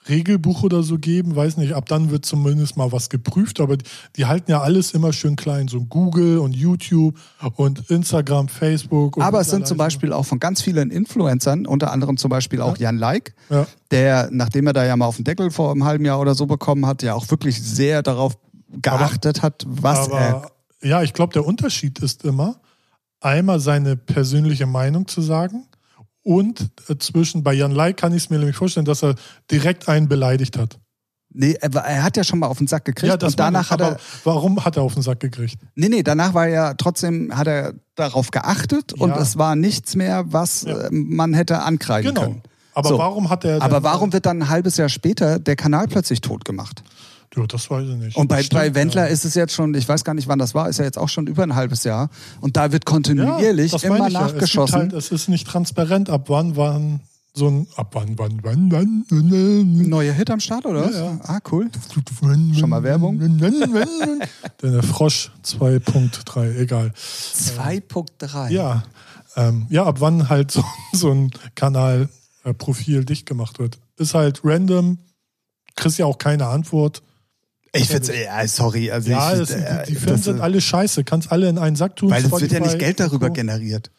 [SPEAKER 3] Regelbuch oder so geben, weiß nicht, ab dann wird zumindest mal was geprüft, aber die, die halten ja alles immer schön klein, so Google und YouTube und Instagram, Facebook. Und
[SPEAKER 2] Aber es sind zum
[SPEAKER 3] allerlei so.
[SPEAKER 2] Beispiel auch von ganz vielen Influencern, unter anderem zum Beispiel auch Jan Like,
[SPEAKER 3] Ja.
[SPEAKER 2] der, nachdem er da ja mal auf den Deckel vor einem halben Jahr oder so bekommen hat, ja auch wirklich sehr darauf geachtet hat, was er.
[SPEAKER 3] Aber ja, ich glaube, der Unterschied ist immer, einmal seine persönliche Meinung zu sagen und äh, zwischen, bei Jan Lai kann ich es mir nämlich vorstellen, dass er direkt einen beleidigt hat.
[SPEAKER 2] Nee, er, war- er hat ja schon mal auf den Sack gekriegt und danach hat
[SPEAKER 3] meine ich,
[SPEAKER 2] er.
[SPEAKER 3] aber Warum hat er auf den Sack gekriegt?
[SPEAKER 2] Nee, nee, danach war er trotzdem, hat er darauf geachtet und
[SPEAKER 3] Ja.
[SPEAKER 2] es war nichts mehr, was
[SPEAKER 3] Ja.
[SPEAKER 2] äh, man hätte ankreiden
[SPEAKER 3] Genau.
[SPEAKER 2] können.
[SPEAKER 3] Aber
[SPEAKER 2] So.
[SPEAKER 3] warum hat er.
[SPEAKER 2] Aber
[SPEAKER 3] dann-
[SPEAKER 2] warum wird dann ein halbes Jahr später der Kanal plötzlich tot gemacht?
[SPEAKER 3] Ja, das weiß ich nicht.
[SPEAKER 2] Und bei,
[SPEAKER 3] Stimmt,
[SPEAKER 2] bei Wendler
[SPEAKER 3] ja.
[SPEAKER 2] ist es jetzt schon, ich weiß gar nicht, wann das war, ist ja jetzt auch schon über ein halbes Jahr. Und da wird kontinuierlich
[SPEAKER 3] das meine
[SPEAKER 2] immer
[SPEAKER 3] ich ja. Es,
[SPEAKER 2] nachgeschossen.
[SPEAKER 3] gibt halt, es ist nicht transparent, ab wann, wann, so ein. Ab wann, wann, wann, wann, wann, wann,
[SPEAKER 2] Neuer Hit am Start, oder was?
[SPEAKER 3] äh, Ja, ja.
[SPEAKER 2] Ah, cool.
[SPEAKER 3] wann
[SPEAKER 2] Schon mal Werbung?
[SPEAKER 3] wann, wann, wann, wann. Denn der Frosch 2.3, egal.
[SPEAKER 2] 2.3.
[SPEAKER 3] Ja, ähm, ja, ab wann halt so, so ein Kanal äh, Profil dicht gemacht wird. Ist halt random, kriegst ja auch keine Antwort.
[SPEAKER 2] Ich find's, ja, sorry. Also
[SPEAKER 3] Ja,
[SPEAKER 2] ich,
[SPEAKER 3] das, sind-
[SPEAKER 2] äh,
[SPEAKER 3] die, die Filme
[SPEAKER 2] das,
[SPEAKER 3] sind
[SPEAKER 2] äh,
[SPEAKER 3] alle scheiße, kannst alle in einen Sack tun.
[SPEAKER 2] Weil es wird ja nicht
[SPEAKER 3] Spotify,
[SPEAKER 2] Geld darüber
[SPEAKER 3] Co.
[SPEAKER 2] generiert.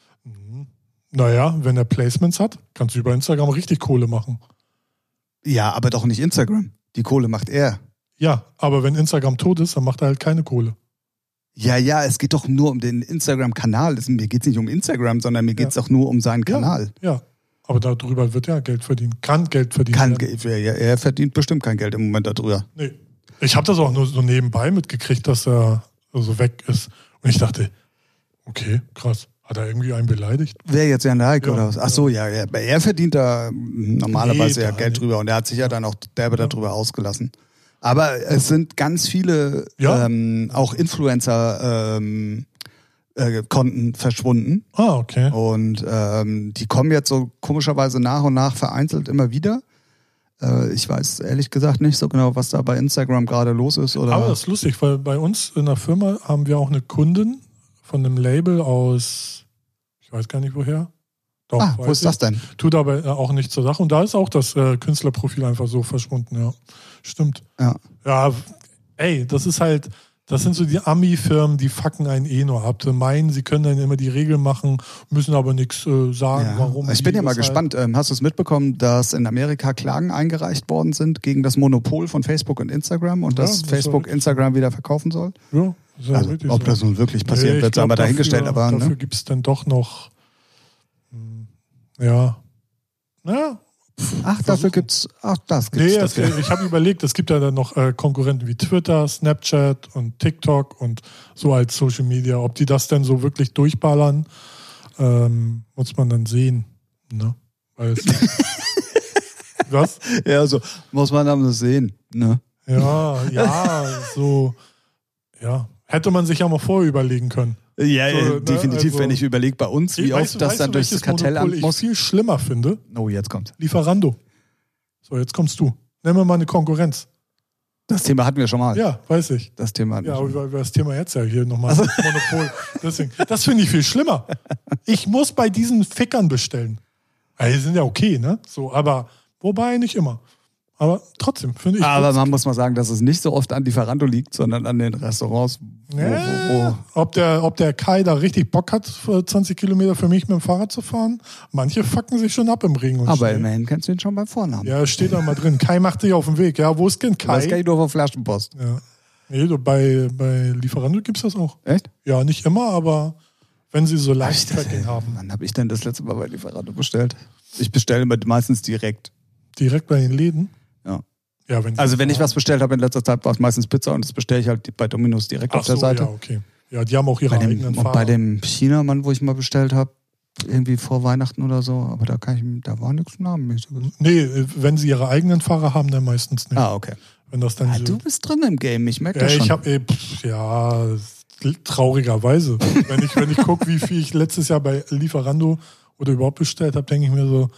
[SPEAKER 3] Naja, wenn er Placements hat, kannst du über Instagram richtig Kohle machen.
[SPEAKER 2] Ja, aber doch nicht Instagram. Die Kohle macht er.
[SPEAKER 3] Ja, aber wenn Instagram tot ist, dann macht er halt keine Kohle.
[SPEAKER 2] Ja, ja, es geht doch nur um den Instagram-Kanal. Es- Mir geht's nicht um Instagram, sondern mir geht's doch nur um seinen Kanal.
[SPEAKER 3] Ja, aber darüber wird ja Geld verdient. Kann Geld verdienen.
[SPEAKER 2] Kann,
[SPEAKER 3] werden.
[SPEAKER 2] ge- er, er verdient bestimmt kein Geld im Moment darüber.
[SPEAKER 3] Nee. Ich habe das auch nur so nebenbei mitgekriegt, dass er so weg ist. Und ich dachte, okay, krass. Hat er irgendwie einen beleidigt?
[SPEAKER 2] Wer jetzt Jan Like
[SPEAKER 3] Ja,
[SPEAKER 2] oder was? Ach so, ja, ja. Aber Er verdient da mm, normalerweise
[SPEAKER 3] Nee,
[SPEAKER 2] ja
[SPEAKER 3] da
[SPEAKER 2] Geld
[SPEAKER 3] nicht.
[SPEAKER 2] drüber und er hat sich ja dann auch derbe darüber ausgelassen. Aber es sind ganz viele
[SPEAKER 3] Ja.
[SPEAKER 2] ähm, auch Influencer ähm, äh, Konten verschwunden
[SPEAKER 3] Ah, okay.
[SPEAKER 2] und ähm, die kommen jetzt so komischerweise nach und nach vereinzelt immer wieder. Äh, ich weiß ehrlich gesagt nicht so genau, was da bei Instagram gerade los ist oder.
[SPEAKER 3] Aber das ist lustig, weil bei uns in der Firma haben wir auch eine Kundin von einem Label aus, ich weiß gar nicht woher. Doch,
[SPEAKER 2] ah, wo
[SPEAKER 3] weiß
[SPEAKER 2] ist das denn?
[SPEAKER 3] ich. Tut aber äh, auch nichts zur Sache. Und da ist auch das äh, Künstlerprofil einfach so verschwunden, ja. Stimmt.
[SPEAKER 2] Ja.
[SPEAKER 3] Ja, w- ey, das ist halt, das sind so die Ami-Firmen, die fucken einen eh nur ab. Die meinen, sie können dann immer die Regeln machen, müssen aber nichts äh, sagen,
[SPEAKER 2] Ja.
[SPEAKER 3] warum. halt
[SPEAKER 2] Ich bin
[SPEAKER 3] wie,
[SPEAKER 2] ja mal
[SPEAKER 3] weshalb.
[SPEAKER 2] gespannt. Ähm, hast du es mitbekommen, dass in Amerika Klagen eingereicht worden sind gegen das Monopol von Facebook und Instagram und
[SPEAKER 3] Ja,
[SPEAKER 2] dass
[SPEAKER 3] das war
[SPEAKER 2] Facebook
[SPEAKER 3] richtig.
[SPEAKER 2] Instagram wieder verkaufen soll?
[SPEAKER 3] Ja, ist ja
[SPEAKER 2] Also,
[SPEAKER 3] richtig
[SPEAKER 2] ob
[SPEAKER 3] so.
[SPEAKER 2] das nun wirklich passiert
[SPEAKER 3] Nee, ich
[SPEAKER 2] wird, sei
[SPEAKER 3] glaub,
[SPEAKER 2] mal dahingestellt.
[SPEAKER 3] Dafür,
[SPEAKER 2] aber
[SPEAKER 3] dafür
[SPEAKER 2] ne?
[SPEAKER 3] gibt es dann doch noch. hm, Ja. Ja.
[SPEAKER 2] ach, dafür
[SPEAKER 3] versuchen.
[SPEAKER 2] gibt's. Ach, das gibt's
[SPEAKER 3] Nee, es,
[SPEAKER 2] dafür.
[SPEAKER 3] ich habe überlegt, es gibt ja dann noch äh, Konkurrenten wie Twitter, Snapchat und TikTok und so als Social Media. Ob die das denn so wirklich durchballern, ähm, muss man dann sehen. Ne? Weil es, was?
[SPEAKER 2] Ja, so muss man dann sehen. Ne?
[SPEAKER 3] Ja, ja, so. Ja. Hätte man sich ja mal vorher überlegen können.
[SPEAKER 2] Ja,
[SPEAKER 3] So,
[SPEAKER 2] äh,
[SPEAKER 3] ne,
[SPEAKER 2] definitiv.
[SPEAKER 3] also-
[SPEAKER 2] wenn ich überlege, bei uns, wie
[SPEAKER 3] Weißt
[SPEAKER 2] oft
[SPEAKER 3] du-
[SPEAKER 2] das
[SPEAKER 3] weißt
[SPEAKER 2] dann
[SPEAKER 3] du,
[SPEAKER 2] durch das
[SPEAKER 3] welches Monopol
[SPEAKER 2] Kartellamt
[SPEAKER 3] ich
[SPEAKER 2] muss.
[SPEAKER 3] viel schlimmer finde.
[SPEAKER 2] Oh, jetzt kommt.
[SPEAKER 3] Lieferando. So, jetzt kommst du. Nenn mir mal eine Konkurrenz.
[SPEAKER 2] Das Thema hatten wir schon mal.
[SPEAKER 3] Ja, weiß ich.
[SPEAKER 2] Das Thema. hatten wir
[SPEAKER 3] Ja,
[SPEAKER 2] schon
[SPEAKER 3] aber
[SPEAKER 2] mal.
[SPEAKER 3] über, über das Thema jetzt ja hier nochmal.
[SPEAKER 2] Also-
[SPEAKER 3] Monopol. Deswegen. Das finde ich viel schlimmer. Ich muss bei diesen Fickern bestellen. Ja, die sind ja okay, ne? So, aber wobei nicht immer. Aber trotzdem finde ich.
[SPEAKER 2] Aber man muss mal sagen, dass es nicht so oft an Lieferando liegt, sondern an den Restaurants. Wo, wo, wo.
[SPEAKER 3] Ja, Ob, der, ob der Kai da richtig Bock hat, für 20 Kilometer für mich mit dem Fahrrad zu fahren. Manche fucken sich schon ab im Regen. Und
[SPEAKER 2] Aber
[SPEAKER 3] Schnee.
[SPEAKER 2] immerhin kennst du ihn schon beim Vornamen.
[SPEAKER 3] Ja, steht da mal drin. Kai macht dich auf den Weg. Ja, wo ist denn
[SPEAKER 2] Das kann
[SPEAKER 3] Kai?
[SPEAKER 2] ich nur von Flaschenpost.
[SPEAKER 3] Ja. Nee, du, bei, bei Lieferando gibt es das auch.
[SPEAKER 2] Echt?
[SPEAKER 3] Ja, nicht immer, aber wenn sie so
[SPEAKER 2] Echt?
[SPEAKER 3] Live-Tracking haben.
[SPEAKER 2] Wann habe ich denn das letzte Mal bei Lieferando bestellt? Ich bestelle immer meistens direkt.
[SPEAKER 3] Direkt bei den Läden.
[SPEAKER 2] Ja.
[SPEAKER 3] Ja, wenn sie-
[SPEAKER 2] Also wenn ich was bestellt habe in letzter Zeit, war es meistens Pizza und das bestelle ich halt bei Dominos direkt
[SPEAKER 3] Ach
[SPEAKER 2] auf der
[SPEAKER 3] so,
[SPEAKER 2] Seite.
[SPEAKER 3] Ja, okay. Ja, die haben auch ihre
[SPEAKER 2] Bei dem,
[SPEAKER 3] eigenen
[SPEAKER 2] und
[SPEAKER 3] Fahrer.
[SPEAKER 2] bei dem Chinamann, wo ich mal bestellt habe, irgendwie vor Weihnachten oder so, aber da kann ich, da war nichts namenmäßiges.
[SPEAKER 3] nee, äh, wenn sie ihre eigenen Fahrer haben, dann meistens nicht.
[SPEAKER 2] Ah, okay.
[SPEAKER 3] Wenn das dann
[SPEAKER 2] Ah,
[SPEAKER 3] so,
[SPEAKER 2] du bist drin im Game, ich merke
[SPEAKER 3] Also- ja,
[SPEAKER 2] das schon.
[SPEAKER 3] ich habe ja traurigerweise. wenn ich wenn ich gucke, wie viel ich letztes Jahr bei Lieferando oder überhaupt bestellt habe, denke ich mir so,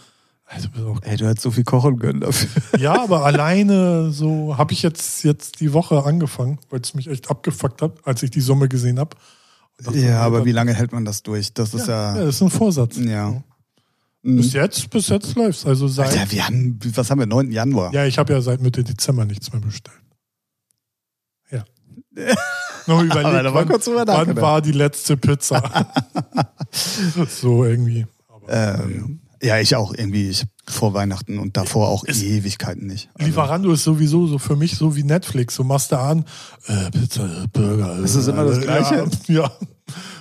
[SPEAKER 3] also bist auch
[SPEAKER 2] Ey, du hättest so viel kochen können dafür.
[SPEAKER 3] Ja, aber alleine so habe ich jetzt, jetzt die Woche angefangen, weil es mich echt abgefuckt hat, als ich die Summe gesehen habe.
[SPEAKER 2] Ja, aber wie lange hält man das durch? Das ist
[SPEAKER 3] Ja,
[SPEAKER 2] ja,
[SPEAKER 3] ja, das ist ein Vorsatz.
[SPEAKER 2] ja.
[SPEAKER 3] Bis jetzt, bis jetzt läuft's. Also seit.
[SPEAKER 2] Hm. Alter, wir haben, was haben wir, 9. Januar?
[SPEAKER 3] Ja, ich habe ja seit Mitte Dezember nichts mehr bestellt. Ja. Noch überlegt,
[SPEAKER 2] Aber da war
[SPEAKER 3] wann,
[SPEAKER 2] kurz drüber
[SPEAKER 3] wann
[SPEAKER 2] nachgedacht.
[SPEAKER 3] war die letzte Pizza? so irgendwie. Aber,
[SPEAKER 2] Ähm, ja, ich auch irgendwie. Ich hab vor Weihnachten und davor auch Ewigkeiten nicht.
[SPEAKER 3] ja. Lieferando ist sowieso so für mich so wie Netflix. So machst du an, äh, Pizza, äh, Burger.
[SPEAKER 2] Ist das
[SPEAKER 3] äh,
[SPEAKER 2] immer das Gleiche?
[SPEAKER 3] Ja, ja.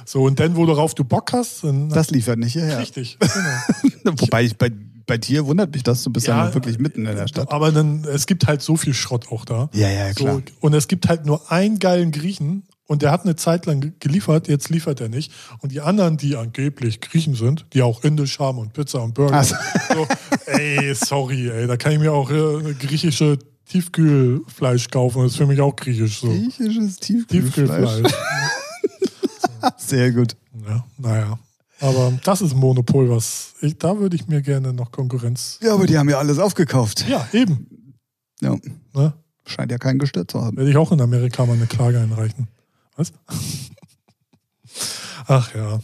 [SPEAKER 3] So, und dann, wo darauf du Bock hast, dann
[SPEAKER 2] Das liefert nicht hierher.
[SPEAKER 3] richtig. Genau.
[SPEAKER 2] Wobei ich bei, bei dir wundert mich das, du bist ja,
[SPEAKER 3] Ja, äh,
[SPEAKER 2] noch wirklich mitten in der Stadt.
[SPEAKER 3] Aber dann, es gibt halt so viel Schrott auch da.
[SPEAKER 2] Ja, ja, klar.
[SPEAKER 3] So, und es gibt halt nur einen geilen Griechen und der hat eine Zeit lang ge- geliefert, jetzt liefert er nicht. Und die anderen, die angeblich Griechen sind, die auch Indisch haben und Pizza und Burger.
[SPEAKER 2] Also-
[SPEAKER 3] So, ey, sorry, ey, da kann ich mir auch äh, griechische Tiefkühlfleisch kaufen. Das ist für mich auch griechisch so.
[SPEAKER 2] Griechisches Tiefkühlfleisch.
[SPEAKER 3] Tiefkühlfleisch.
[SPEAKER 2] Sehr gut.
[SPEAKER 3] ja, naja. Aber das ist ein Monopol, was ich, da würde ich mir gerne noch Konkurrenz.
[SPEAKER 2] Ja, aber die haben ja alles aufgekauft.
[SPEAKER 3] Ja, eben.
[SPEAKER 2] Ja.
[SPEAKER 3] Ne?
[SPEAKER 2] Scheint ja keinen gestört zu haben.
[SPEAKER 3] Werde ich auch in Amerika mal eine Klage einreichen. Was? Ach ja.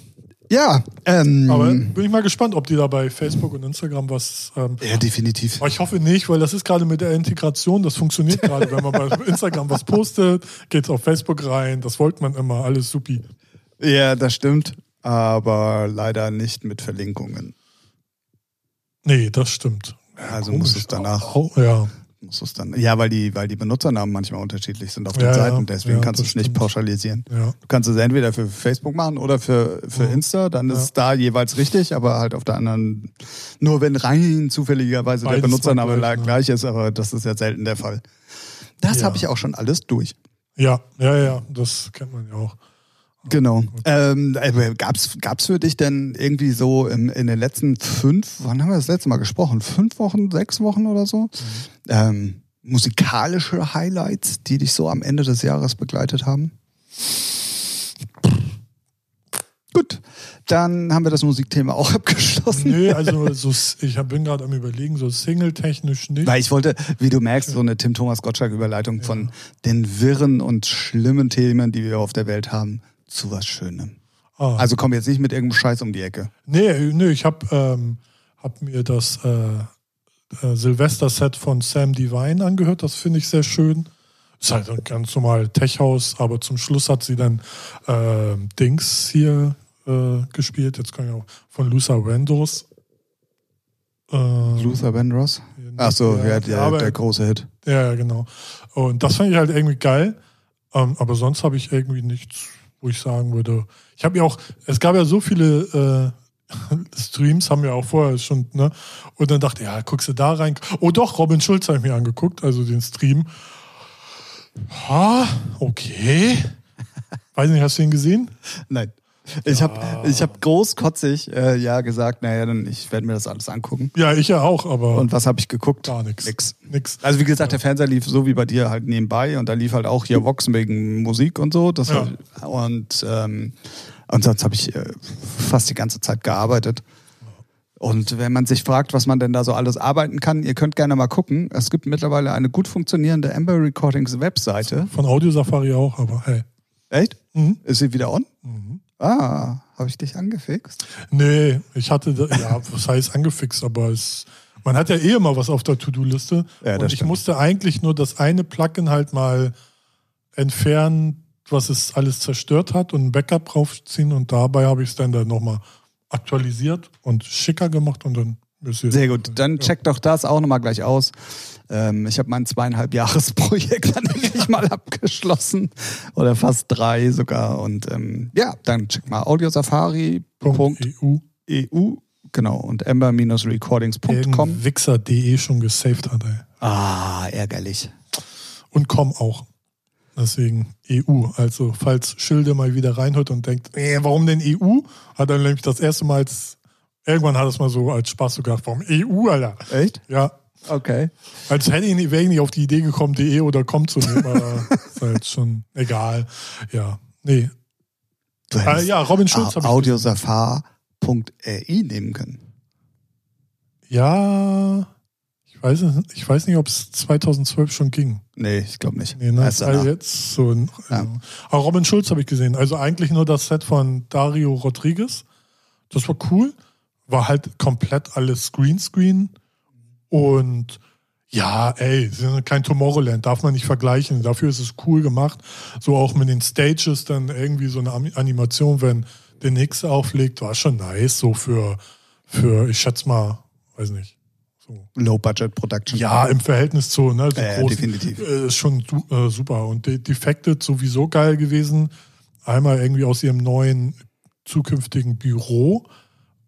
[SPEAKER 2] Ja, ähm,
[SPEAKER 3] Aber bin ich mal gespannt, ob die da bei Facebook und Instagram was. Ähm,
[SPEAKER 2] ja, definitiv.
[SPEAKER 3] aber ich hoffe nicht, weil das ist gerade mit der Integration, das funktioniert gerade. Wenn man bei Instagram was postet, geht's auf Facebook rein, das wollte man immer, alles supi.
[SPEAKER 2] Ja, das stimmt. Aber leider nicht mit Verlinkungen.
[SPEAKER 3] Nee, das stimmt.
[SPEAKER 2] Also
[SPEAKER 3] Komisch.
[SPEAKER 2] muss es danach,
[SPEAKER 3] Au- ja.
[SPEAKER 2] muss es dann. Ja, weil die, weil die Benutzernamen manchmal unterschiedlich sind auf den
[SPEAKER 3] Ja, ja.
[SPEAKER 2] Seiten. Deswegen
[SPEAKER 3] Ja,
[SPEAKER 2] kannst du
[SPEAKER 3] das
[SPEAKER 2] es nicht
[SPEAKER 3] stimmt.
[SPEAKER 2] pauschalisieren.
[SPEAKER 3] Ja.
[SPEAKER 2] Du kannst es entweder für Facebook machen oder für, für
[SPEAKER 3] Mhm.
[SPEAKER 2] Insta, dann ist es da jeweils richtig, aber halt auf der anderen, nur wenn rein zufälligerweise
[SPEAKER 3] Beides
[SPEAKER 2] der Benutzername
[SPEAKER 3] mal gleich,
[SPEAKER 2] gleich,
[SPEAKER 3] ne?
[SPEAKER 2] ist, aber das ist ja selten der Fall. Das
[SPEAKER 3] Ja.
[SPEAKER 2] habe ich auch schon alles durch.
[SPEAKER 3] ja, ja, ja, das kennt man ja auch.
[SPEAKER 2] Genau. Ähm, aber gab's, gab's für dich denn irgendwie so in, in den letzten fünf, wann haben wir das letzte Mal gesprochen? Fünf Wochen, sechs Wochen oder so? Ähm, musikalische Highlights, die dich so am Ende des Jahres begleitet haben? Gut, dann haben wir das Musikthema auch abgeschlossen.
[SPEAKER 3] Nee, also so, s- ich hab- bin gerade am überlegen, so single-technisch nicht.
[SPEAKER 2] Weil ich wollte, wie du merkst, so eine Tim Thomas Gottschalk-Überleitung von den wirren und schlimmen Themen, die wir auf der Welt haben, zu was Schönem.
[SPEAKER 3] Ah.
[SPEAKER 2] Also komm jetzt nicht mit irgendeinem Scheiß um die Ecke.
[SPEAKER 3] Nee, nee ich habe ähm, hab mir das äh, äh, Silvester-Set von Sam Divine angehört. Das finde ich sehr schön. Ist halt ein ganz normal Tech-Haus, aber zum Schluss hat sie dann ähm, Dings hier äh, gespielt. Jetzt kann ich auch von Lusa Randos. Ähm,
[SPEAKER 2] Luther Vandross? Ach so, ja, der,
[SPEAKER 3] aber-
[SPEAKER 2] der große Hit.
[SPEAKER 3] ja, ja, genau. Und das fand ich halt irgendwie geil. Ähm, aber sonst habe ich irgendwie nichts, wo ich sagen würde. Ich habe ja auch, es gab ja so viele äh, Streams, haben wir auch vorher schon, ne? Und dann dachte ich, ja, guckst du da rein. Oh doch, Robin Schulz habe ich mir angeguckt, also den Stream. Ha, okay. Weiß nicht, hast du ihn gesehen?
[SPEAKER 2] Nein. Ich habe ich hab großkotzig äh, ja gesagt, naja, dann ich werde mir das alles angucken.
[SPEAKER 3] Ja, ich ja auch, aber
[SPEAKER 2] Und was habe ich geguckt?
[SPEAKER 3] gar nichts.
[SPEAKER 2] Nix.
[SPEAKER 3] Nix.
[SPEAKER 2] Also wie gesagt, der Fernseher lief so wie bei dir halt nebenbei und da lief halt auch hier Vox wegen Musik und so. Das
[SPEAKER 3] Ja.
[SPEAKER 2] hab- und, ähm, und sonst habe ich äh, fast die ganze Zeit gearbeitet. Und wenn man sich fragt, was man denn da so alles arbeiten kann, ihr könnt gerne mal gucken. Es gibt mittlerweile eine gut funktionierende Amber Recordings Webseite.
[SPEAKER 3] Von Audio Safari auch, aber hey.
[SPEAKER 2] Echt?
[SPEAKER 3] Mhm.
[SPEAKER 2] Ist sie wieder on?
[SPEAKER 3] Mhm.
[SPEAKER 2] Ah, habe ich dich angefixt?
[SPEAKER 3] Nee, ich hatte, da, ja, was heißt angefixt, aber es, man hat ja eh immer was auf der To-Do-Liste.
[SPEAKER 2] Ja, das
[SPEAKER 3] und ich
[SPEAKER 2] stimmt.
[SPEAKER 3] musste eigentlich nur das eine Plugin halt mal entfernen, was es alles zerstört hat und ein Backup draufziehen und dabei habe ich es dann, dann nochmal aktualisiert und schicker gemacht und dann ist jetzt-
[SPEAKER 2] Sehr gut, dann check doch das auch nochmal gleich aus. Ähm, ich habe mein zweieinhalb Jahres-Projekt dann endlich mal abgeschlossen. Oder fast drei sogar. Und ähm, ja, dann check mal audiosafari.eu,
[SPEAKER 3] .eu
[SPEAKER 2] genau, und ember-recordings.com.
[SPEAKER 3] irgendein Wichser.de E schon gesaved hat, ey.
[SPEAKER 2] Ah, ärgerlich.
[SPEAKER 3] Und com auch. Deswegen EU. Also, falls Schilde mal wieder reinhört und denkt, nee, warum denn EU? Hat er nämlich das erste Mal als, irgendwann hat es mal so als Spaß so gedacht, warum EU, Alter?
[SPEAKER 2] Echt?
[SPEAKER 3] Ja.
[SPEAKER 2] Okay.
[SPEAKER 3] Als hätte ich nicht, wäre ich nicht auf die Idee gekommen, DE oder com zu nehmen, aber ist halt schon egal. Ja. Nee.
[SPEAKER 2] Du
[SPEAKER 3] Äh,
[SPEAKER 2] hättest
[SPEAKER 3] ja, Robin
[SPEAKER 2] au-
[SPEAKER 3] Schulz habe ich.
[SPEAKER 2] audiosafar.ai E nehmen können.
[SPEAKER 3] Ja. Ich weiß, es- ich weiß nicht, ob es 2012 schon ging.
[SPEAKER 2] Nee, ich glaube nicht.
[SPEAKER 3] Nee, ne?
[SPEAKER 2] Erst
[SPEAKER 3] also
[SPEAKER 2] danach.
[SPEAKER 3] jetzt so ein,
[SPEAKER 2] Ja.
[SPEAKER 3] also. Aber Robin Schulz habe ich gesehen. Also eigentlich nur das Set von Dario Rodriguez. Das war cool. war halt komplett alles Greenscreen. Und ja, ey, es ist kein Tomorrowland, darf man nicht vergleichen. Dafür ist es cool gemacht. So auch mit den Stages dann irgendwie so eine Ami- Animation, wenn der Nix auflegt, war schon nice. So für, für ich schätze mal, weiß nicht. So.
[SPEAKER 2] Low-Budget-Production.
[SPEAKER 3] Ja, im Verhältnis zu, ne? so
[SPEAKER 2] Ja, ja,
[SPEAKER 3] großen,
[SPEAKER 2] definitiv.
[SPEAKER 3] Äh, ist schon su- äh, super. Und De Defected sowieso geil gewesen. Einmal irgendwie aus ihrem neuen zukünftigen Büro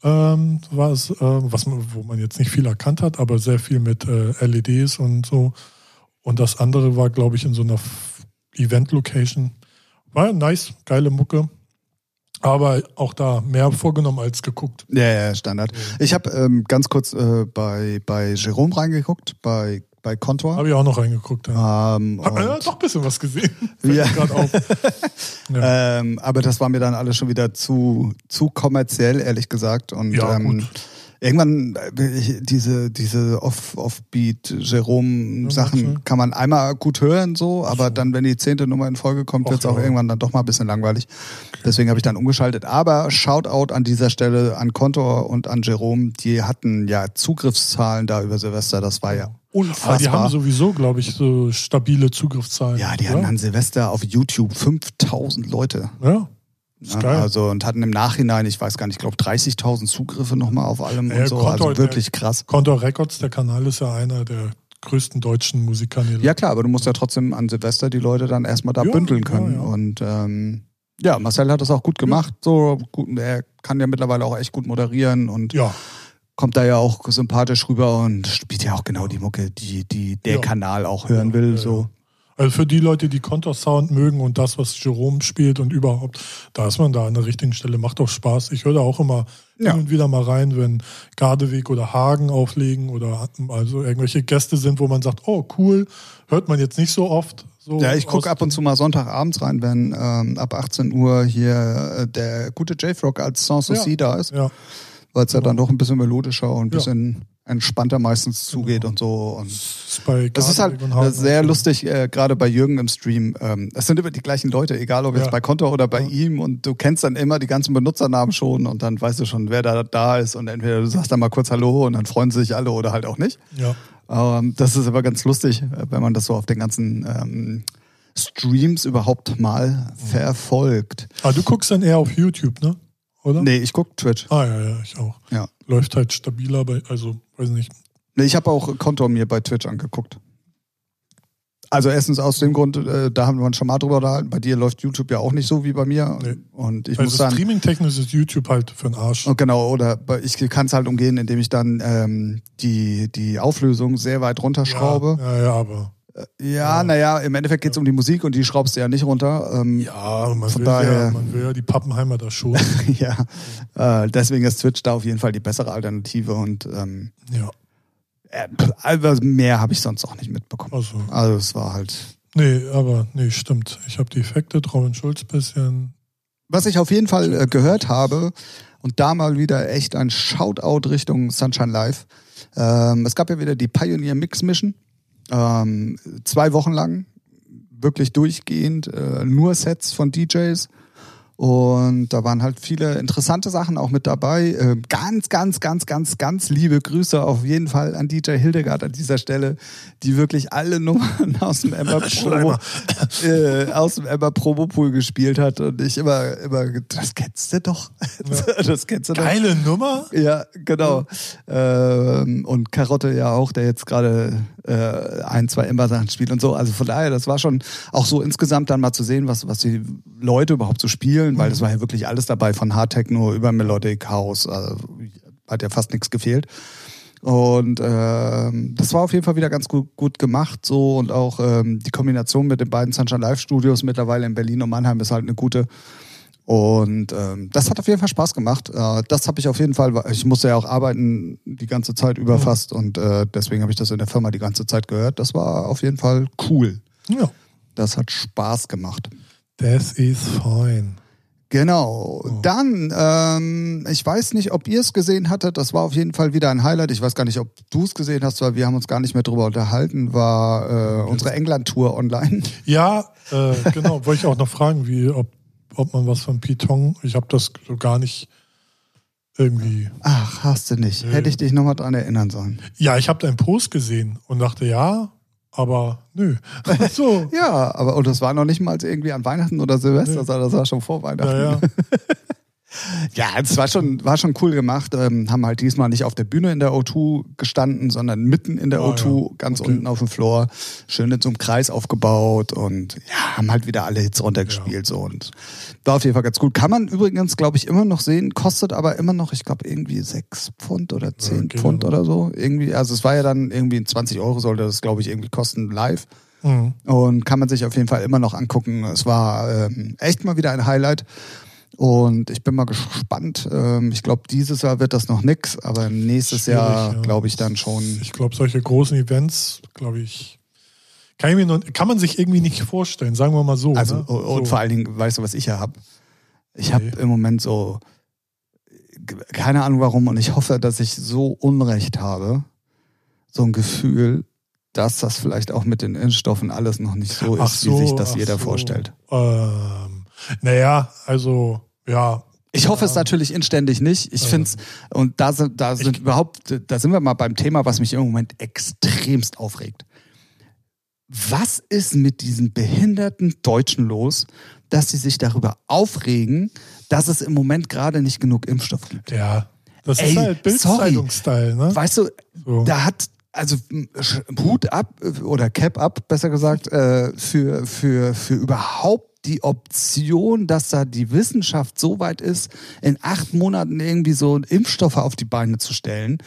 [SPEAKER 3] ähm, war es, äh, was man, wo man jetzt nicht viel erkannt hat, aber sehr viel mit äh, LEDs und so. Und das andere war, glaube ich, in so einer F- Event-Location. War nice, geile Mucke. Aber auch da mehr vorgenommen als geguckt.
[SPEAKER 2] Ja, ja, Standard. Ich habe ähm, ganz kurz äh, bei, bei Jerome reingeguckt, bei, bei Contour.
[SPEAKER 3] Habe ich auch noch reingeguckt. Ja.
[SPEAKER 2] Ähm,
[SPEAKER 3] Hab, äh,
[SPEAKER 2] und,
[SPEAKER 3] doch ein bisschen was gesehen.
[SPEAKER 2] Ja.
[SPEAKER 3] Gerade auf.
[SPEAKER 2] ähm, aber das war mir dann alles schon wieder zu, zu kommerziell, ehrlich gesagt. Und
[SPEAKER 3] Ja,
[SPEAKER 2] ähm,
[SPEAKER 3] gut.
[SPEAKER 2] irgendwann äh, ich- diese, diese Off- Offbeat Jerome-Sachen
[SPEAKER 3] manche.
[SPEAKER 2] kann man einmal gut hören, so, aber dann, wenn die zehnte Nummer in Folge kommt,
[SPEAKER 3] Ach
[SPEAKER 2] wird es auch
[SPEAKER 3] ja.
[SPEAKER 2] irgendwann dann doch mal ein bisschen langweilig. Deswegen habe ich dann umgeschaltet. Aber Shoutout an dieser Stelle an Contor und an Jerome, die hatten ja Zugriffszahlen da über Silvester, das war ja Mhm. unfassbar.
[SPEAKER 3] Ah, Aber die haben sowieso, glaube ich, so stabile Zugriffszahlen.
[SPEAKER 2] ja, die
[SPEAKER 3] oder?
[SPEAKER 2] hatten an Silvester auf YouTube 5000 Leute.
[SPEAKER 3] Ja, ist
[SPEAKER 2] Ja,
[SPEAKER 3] geil.
[SPEAKER 2] also und hatten im Nachhinein, ich weiß gar nicht, ich glaube 30.000 Zugriffe nochmal auf allem
[SPEAKER 3] Ja, ne?
[SPEAKER 2] und so.
[SPEAKER 3] Konto,
[SPEAKER 2] Also wirklich krass.
[SPEAKER 3] Condor Records, der Kanal ist ja einer der größten deutschen Musikkanäle.
[SPEAKER 2] Ja klar, aber du musst ja trotzdem an Silvester die Leute dann erstmal da
[SPEAKER 3] Ja,
[SPEAKER 2] bündeln können.
[SPEAKER 3] ja, ja.
[SPEAKER 2] Und ähm, ja, Marcel hat das auch gut gemacht. So, gut, er kann ja mittlerweile auch echt gut moderieren und
[SPEAKER 3] Ja,
[SPEAKER 2] kommt da ja auch sympathisch rüber und spielt ja auch genau die Mucke, die, die der
[SPEAKER 3] Ja.
[SPEAKER 2] Kanal auch hören
[SPEAKER 3] Ja,
[SPEAKER 2] will.
[SPEAKER 3] ja,
[SPEAKER 2] so.
[SPEAKER 3] also für die Leute, die Condor Sound mögen und das, was Jerome spielt und überhaupt, da ist man da an der richtigen Stelle, macht auch Spaß. Ich höre da auch immer
[SPEAKER 2] Ja.
[SPEAKER 3] hin und wieder mal rein, wenn Gardeweg oder Hagen auflegen oder also irgendwelche Gäste sind, wo man sagt, oh cool, hört man jetzt nicht so oft. So
[SPEAKER 2] Ja, ich gucke
[SPEAKER 3] aus-
[SPEAKER 2] ab und zu mal Sonntagabends rein, wenn ähm, ab 18 Uhr hier äh, der gute J-Frog als Sans
[SPEAKER 3] Ja.
[SPEAKER 2] Souci da ist.
[SPEAKER 3] Ja,
[SPEAKER 2] weil es ja dann doch ein bisschen melodischer und ein
[SPEAKER 3] Genau. Ja. Genau.
[SPEAKER 2] bisschen entspannter meistens zugeht und so. Und
[SPEAKER 3] ist bei
[SPEAKER 2] das ist halt
[SPEAKER 3] Gardeweg und Hagen
[SPEAKER 2] sehr
[SPEAKER 3] auch so.
[SPEAKER 2] lustig, äh, gerade bei Jürgen im Stream. Ähm, es sind immer die gleichen Leute, egal ob jetzt
[SPEAKER 3] Ja.
[SPEAKER 2] bei Konto oder bei
[SPEAKER 3] Ja.
[SPEAKER 2] ihm. Und du kennst dann immer die ganzen Benutzernamen schon und dann weißt du schon, wer da da ist. Und entweder du sagst dann mal kurz Hallo und dann freuen sich alle oder halt auch nicht.
[SPEAKER 3] Ja.
[SPEAKER 2] Ähm, das ist aber ganz lustig, äh, wenn man das so auf den ganzen ähm, Streams überhaupt mal verfolgt.
[SPEAKER 3] Ah, du guckst dann eher auf YouTube, ne? Oder?
[SPEAKER 2] Nee, ich guck Twitch.
[SPEAKER 3] Ah, ja, ja, ich auch.
[SPEAKER 2] Ja.
[SPEAKER 3] Läuft halt stabiler, bei, also, weiß nicht.
[SPEAKER 2] Nee, ich habe auch Konto mir bei Twitch angeguckt. Also erstens aus dem Grund, äh, da haben wir uns schon mal drüber unterhalten, bei dir läuft YouTube ja auch nicht so wie bei mir.
[SPEAKER 3] Nee.
[SPEAKER 2] Und ich muss
[SPEAKER 3] also,
[SPEAKER 2] sagen,
[SPEAKER 3] streaming-technisch ist YouTube halt für den Arsch.
[SPEAKER 2] und genau, oder bei- ich kann es halt umgehen, indem ich dann ähm, die, die Auflösung sehr weit runterschraube.
[SPEAKER 3] Ja, ja, ja aber.
[SPEAKER 2] Ja, naja, na ja, im Endeffekt geht's um die Musik und die schraubst du ja nicht runter. Ähm,
[SPEAKER 3] Ja, man
[SPEAKER 2] Von
[SPEAKER 3] will
[SPEAKER 2] daher-
[SPEAKER 3] ja, man will ja die Pappenheimer da schon.
[SPEAKER 2] ja. Äh, deswegen ist Twitch da auf jeden Fall die bessere Alternative und ähm,
[SPEAKER 3] ja,
[SPEAKER 2] äh, also mehr habe ich sonst auch nicht mitbekommen.
[SPEAKER 3] also.
[SPEAKER 2] Also es war halt
[SPEAKER 3] Nee, aber, nee, stimmt. Ich habe die Effekte, Robin Schulz bisschen.
[SPEAKER 2] Was ich auf jeden Fall äh, gehört habe, und da mal wieder echt ein Shoutout Richtung Sunshine Live. Ähm, es gab ja wieder die Pioneer Mix Mission. Ähm, zwei Wochen lang, wirklich durchgehend, äh, nur Sets von DJs. Und da waren halt viele interessante Sachen auch mit dabei. Ähm, ganz, ganz, ganz, ganz, ganz liebe Grüße auf jeden Fall an DJ Hildegard an dieser Stelle, die wirklich alle Nummern aus dem Ember Promo, äh, aus dem Ember Promo Pool gespielt hat. Und ich immer, immer, das kennst du doch. Das kennst du doch.
[SPEAKER 3] Geile Nummer?
[SPEAKER 2] Ja, genau. Ähm, und Karotte ja auch, der jetzt gerade äh, ein, zwei Ember-Sachen spielt und so. Also von daher, das war schon auch so insgesamt dann mal zu sehen, was, was die Leute überhaupt so spielen, weil das war ja wirklich alles dabei, von Hard Techno über Melodic House, also, hat ja fast nichts gefehlt. Und ähm, das war auf jeden Fall wieder ganz gut, gut gemacht so und auch ähm, die Kombination mit den beiden Sunshine Live Studios mittlerweile in Berlin und Mannheim ist halt eine gute. Und ähm, das hat auf jeden Fall Spaß gemacht. Äh, das habe ich auf jeden Fall, weil ich musste ja auch arbeiten die ganze Zeit über fast und äh, deswegen habe ich das in der Firma die ganze Zeit gehört. Das war auf jeden Fall cool.
[SPEAKER 3] Ja.
[SPEAKER 2] Das hat Spaß gemacht.
[SPEAKER 3] Das is fine.
[SPEAKER 2] Genau. Dann, ähm, ich weiß nicht, ob ihr es gesehen hattet. Das war auf jeden Fall wieder ein Highlight. Ich weiß gar nicht, ob du es gesehen hast, weil wir haben uns gar nicht mehr drüber unterhalten. War äh, unsere England-Tour online.
[SPEAKER 3] Ja, äh, genau. Wollte ich auch noch fragen, wie, ob, ob man was von Python. Ich habe das so gar nicht. Irgendwie.
[SPEAKER 2] Ach, hast du nicht.
[SPEAKER 3] Nö.
[SPEAKER 2] Hätte ich dich nochmal dran erinnern sollen.
[SPEAKER 3] Ja, ich habe deinen Post gesehen und dachte, ja, aber nö. so.
[SPEAKER 2] Ja, aber und das war noch nicht mal irgendwie an Weihnachten oder Silvester,
[SPEAKER 3] Nö.
[SPEAKER 2] sondern das war schon vor Weihnachten.
[SPEAKER 3] Naja.
[SPEAKER 2] Ja, es war schon, war schon cool gemacht. Ähm, haben halt diesmal nicht auf der Bühne in der O2 gestanden, sondern mitten in der
[SPEAKER 3] Ah,
[SPEAKER 2] O2,
[SPEAKER 3] ja.
[SPEAKER 2] ganz
[SPEAKER 3] Okay.
[SPEAKER 2] unten auf dem Floor. Schön in so einem Kreis aufgebaut und ja, haben halt wieder alle Hits runtergespielt. So, und war auf jeden Fall ganz gut. Kann man übrigens, glaube ich, immer noch sehen, kostet aber immer noch, ich glaube, irgendwie sechs Pfund oder zehn
[SPEAKER 3] geht
[SPEAKER 2] Pfund
[SPEAKER 3] noch.
[SPEAKER 2] oder so. Irgendwie, also es war ja dann irgendwie 20 Euro sollte das, glaube ich, irgendwie kosten live.
[SPEAKER 3] Mhm.
[SPEAKER 2] Und kann man sich auf jeden Fall immer noch angucken. Es war ähm, echt mal wieder ein Highlight. Und ich bin mal gespannt. Ähm, ich glaube, dieses Jahr wird das noch nix, aber nächstes
[SPEAKER 3] Schwierig,
[SPEAKER 2] Jahr
[SPEAKER 3] ja.
[SPEAKER 2] glaube ich dann schon.
[SPEAKER 3] Ich glaube, solche großen Events, glaube ich, kann, ich mir noch, kann man sich irgendwie nicht vorstellen, sagen wir mal so.
[SPEAKER 2] Also,
[SPEAKER 3] ne?
[SPEAKER 2] und und
[SPEAKER 3] so.
[SPEAKER 2] vor allen Dingen, weißt du, was ich ja habe? Ich
[SPEAKER 3] Nee.
[SPEAKER 2] habe im Moment so, g- keine Ahnung warum, und ich hoffe, dass ich so Unrecht habe, so ein Gefühl, dass das vielleicht auch mit den Impfstoffen alles noch nicht so
[SPEAKER 3] Ach
[SPEAKER 2] ist, wie sich das
[SPEAKER 3] ach
[SPEAKER 2] jeder
[SPEAKER 3] so.
[SPEAKER 2] vorstellt.
[SPEAKER 3] Ähm, naja, also, ja.
[SPEAKER 2] Ich hoffe es
[SPEAKER 3] Ja.
[SPEAKER 2] natürlich inständig nicht. Ich
[SPEAKER 3] Ja.
[SPEAKER 2] finde es, und da sind, da sind überhaupt, da sind wir mal beim Thema, was mich im Moment extremst aufregt. Was ist mit diesen behinderten Deutschen los, dass sie sich darüber aufregen, dass es im Moment gerade nicht genug Impfstoff gibt?
[SPEAKER 3] Ja. Das
[SPEAKER 2] Ey,
[SPEAKER 3] ist halt Bild-Zeitung-Style, ne?
[SPEAKER 2] Weißt du,
[SPEAKER 3] So.
[SPEAKER 2] da hat, also m, Sch- Hut ab äh, oder Cap ab, besser gesagt, äh, für, für, für überhaupt die Option, dass da die Wissenschaft so weit ist, in acht Monaten irgendwie so Impfstoffe auf die Beine zu stellen.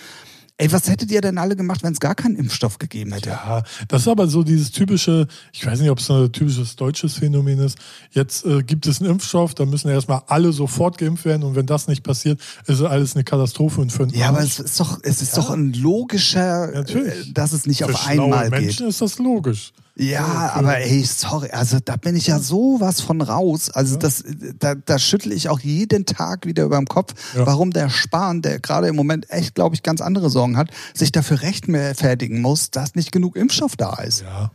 [SPEAKER 2] Ey, was hättet ihr denn alle gemacht, wenn es gar keinen Impfstoff gegeben hätte?
[SPEAKER 3] Ja, das ist aber so dieses typische, ich weiß nicht, ob es ein typisches deutsches Phänomen ist. Jetzt äh, gibt es einen Impfstoff, da müssen erstmal alle sofort geimpft werden und wenn das nicht passiert, ist alles eine Katastrophe und für einen
[SPEAKER 2] Ja, aber
[SPEAKER 3] Arsch.
[SPEAKER 2] es ist doch, es ist doch ein logischer,
[SPEAKER 3] Natürlich.
[SPEAKER 2] äh, dass es nicht
[SPEAKER 3] für
[SPEAKER 2] auf
[SPEAKER 3] schlaue
[SPEAKER 2] einmal geht.
[SPEAKER 3] Menschen ist das logisch.
[SPEAKER 2] Ja, aber ey, sorry, also da bin ich ja sowas von raus. Also das, da, da schüttle ich auch jeden Tag wieder über dem Kopf,
[SPEAKER 3] Ja.
[SPEAKER 2] warum der Spahn, der gerade im Moment echt, glaube ich, ganz andere Sorgen hat, sich dafür rechtfertigen muss, dass nicht genug Impfstoff da ist.
[SPEAKER 3] Ja.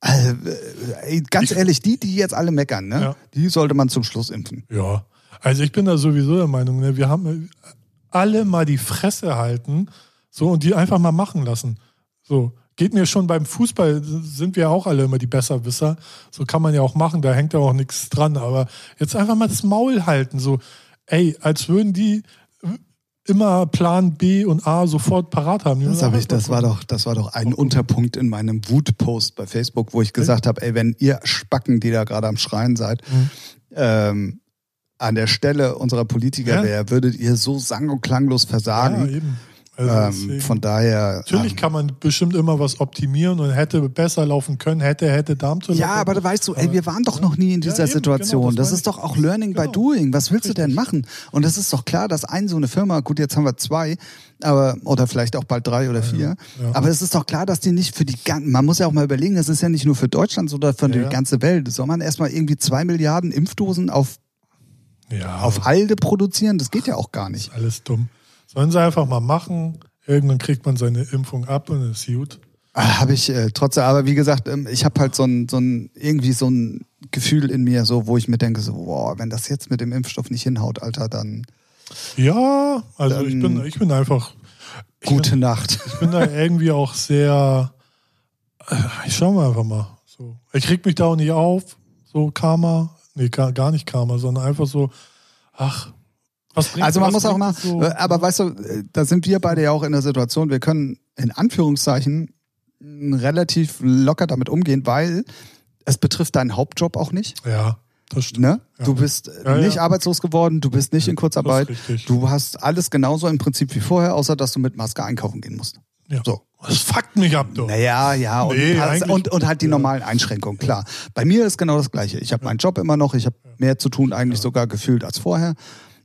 [SPEAKER 2] Also, äh, ey, ganz ehrlich, die, die jetzt alle meckern, ne,
[SPEAKER 3] Ja.
[SPEAKER 2] die sollte man zum Schluss impfen.
[SPEAKER 3] Ja, also ich bin da sowieso der Meinung, ne, wir haben alle mal die Fresse halten so und die einfach mal machen lassen. So, geht mir schon beim Fußball, sind wir auch alle immer die Besserwisser. So kann man ja auch machen, da hängt ja auch nichts dran. Aber jetzt einfach mal das Maul halten, so, ey, als würden die äh, immer Plan B und A sofort parat haben. Die
[SPEAKER 2] Das,
[SPEAKER 3] müssen
[SPEAKER 2] hab
[SPEAKER 3] einfach
[SPEAKER 2] ich, das
[SPEAKER 3] mal
[SPEAKER 2] war doch, das war doch ein Unterpunkt in meinem Wutpost bei Facebook, wo ich gesagt habe, ey, wenn ihr Spacken, die da gerade am Schreien seid,
[SPEAKER 3] Mhm.
[SPEAKER 2] ähm, an der Stelle unserer Politiker
[SPEAKER 3] Ja.
[SPEAKER 2] wäre, würdet ihr so sang- und klanglos
[SPEAKER 3] gucken.
[SPEAKER 2] versagen.
[SPEAKER 3] Ja, eben. Also
[SPEAKER 2] ähm,
[SPEAKER 3] deswegen-
[SPEAKER 2] von daher.
[SPEAKER 3] Natürlich
[SPEAKER 2] ähm,
[SPEAKER 3] kann man bestimmt immer was optimieren und hätte besser laufen können, hätte, hätte Darmtoilette.
[SPEAKER 2] ja, aber da weißt du, ey, wir waren doch noch nie in dieser
[SPEAKER 3] Genau. Ja, eben,
[SPEAKER 2] Situation.
[SPEAKER 3] genau, das
[SPEAKER 2] das
[SPEAKER 3] meine
[SPEAKER 2] ist
[SPEAKER 3] ich.
[SPEAKER 2] doch auch Learning by
[SPEAKER 3] Genau.
[SPEAKER 2] Doing. Was willst du denn
[SPEAKER 3] Richtig.
[SPEAKER 2] machen? Und es ist doch klar, dass ein so eine Firma, gut, jetzt haben wir zwei, aber oder vielleicht auch bald drei oder vier.
[SPEAKER 3] ja.
[SPEAKER 2] Aber es ist doch klar, dass die nicht für die ganzen, man muss ja auch mal überlegen, das ist ja nicht nur für Deutschland, sondern für die
[SPEAKER 3] Ja.
[SPEAKER 2] ganze Welt. Soll man erstmal irgendwie zwei Milliarden Impfdosen auf,
[SPEAKER 3] Ja,
[SPEAKER 2] auf Halde produzieren? Das geht ja auch gar nicht.
[SPEAKER 3] alles dumm. Sollen sie einfach mal machen. Irgendwann kriegt man seine Impfung ab und ist gut.
[SPEAKER 2] Habe ich äh, trotzdem, aber wie gesagt, ähm, ich habe halt so ein, so ein, irgendwie so ein Gefühl in mir, so, wo ich mir denke, so, wow, wenn das jetzt mit dem Impfstoff nicht hinhaut, Alter, dann
[SPEAKER 3] Ja, also ich, bin, ich bin einfach,
[SPEAKER 2] gute Nacht.
[SPEAKER 3] ich bin da irgendwie auch sehr, äh, ich schau mal einfach mal. So. Ich reg mich da auch nicht auf, so Karma, nee, gar, gar nicht Karma, sondern einfach so, ach, was bringt
[SPEAKER 2] Also man
[SPEAKER 3] was
[SPEAKER 2] muss auch
[SPEAKER 3] bringt
[SPEAKER 2] mal,
[SPEAKER 3] es so?
[SPEAKER 2] äh, aber weißt du, äh, da sind wir beide ja auch in der Situation, wir können in Anführungszeichen mh, relativ locker damit umgehen, weil es betrifft deinen Hauptjob auch nicht.
[SPEAKER 3] Ja, das stimmt.
[SPEAKER 2] Ne?
[SPEAKER 3] Ja.
[SPEAKER 2] Du bist äh,
[SPEAKER 3] Ja, ja.
[SPEAKER 2] nicht arbeitslos geworden, du bist nicht in Kurzarbeit,
[SPEAKER 3] Das ist richtig.
[SPEAKER 2] du hast alles genauso im Prinzip wie vorher, außer dass du mit Maske einkaufen gehen musst.
[SPEAKER 3] Ja.
[SPEAKER 2] So.
[SPEAKER 3] Das fuckt mich ab, du.
[SPEAKER 2] Naja, ja, und,
[SPEAKER 3] Nee,
[SPEAKER 2] ein paar-
[SPEAKER 3] eigentlich-
[SPEAKER 2] und, und halt die
[SPEAKER 3] ja.
[SPEAKER 2] normalen Einschränkungen, klar. Bei mir ist genau das Gleiche. Ich habe meinen Job immer noch, ich habe mehr zu tun eigentlich sogar gefühlt als vorher.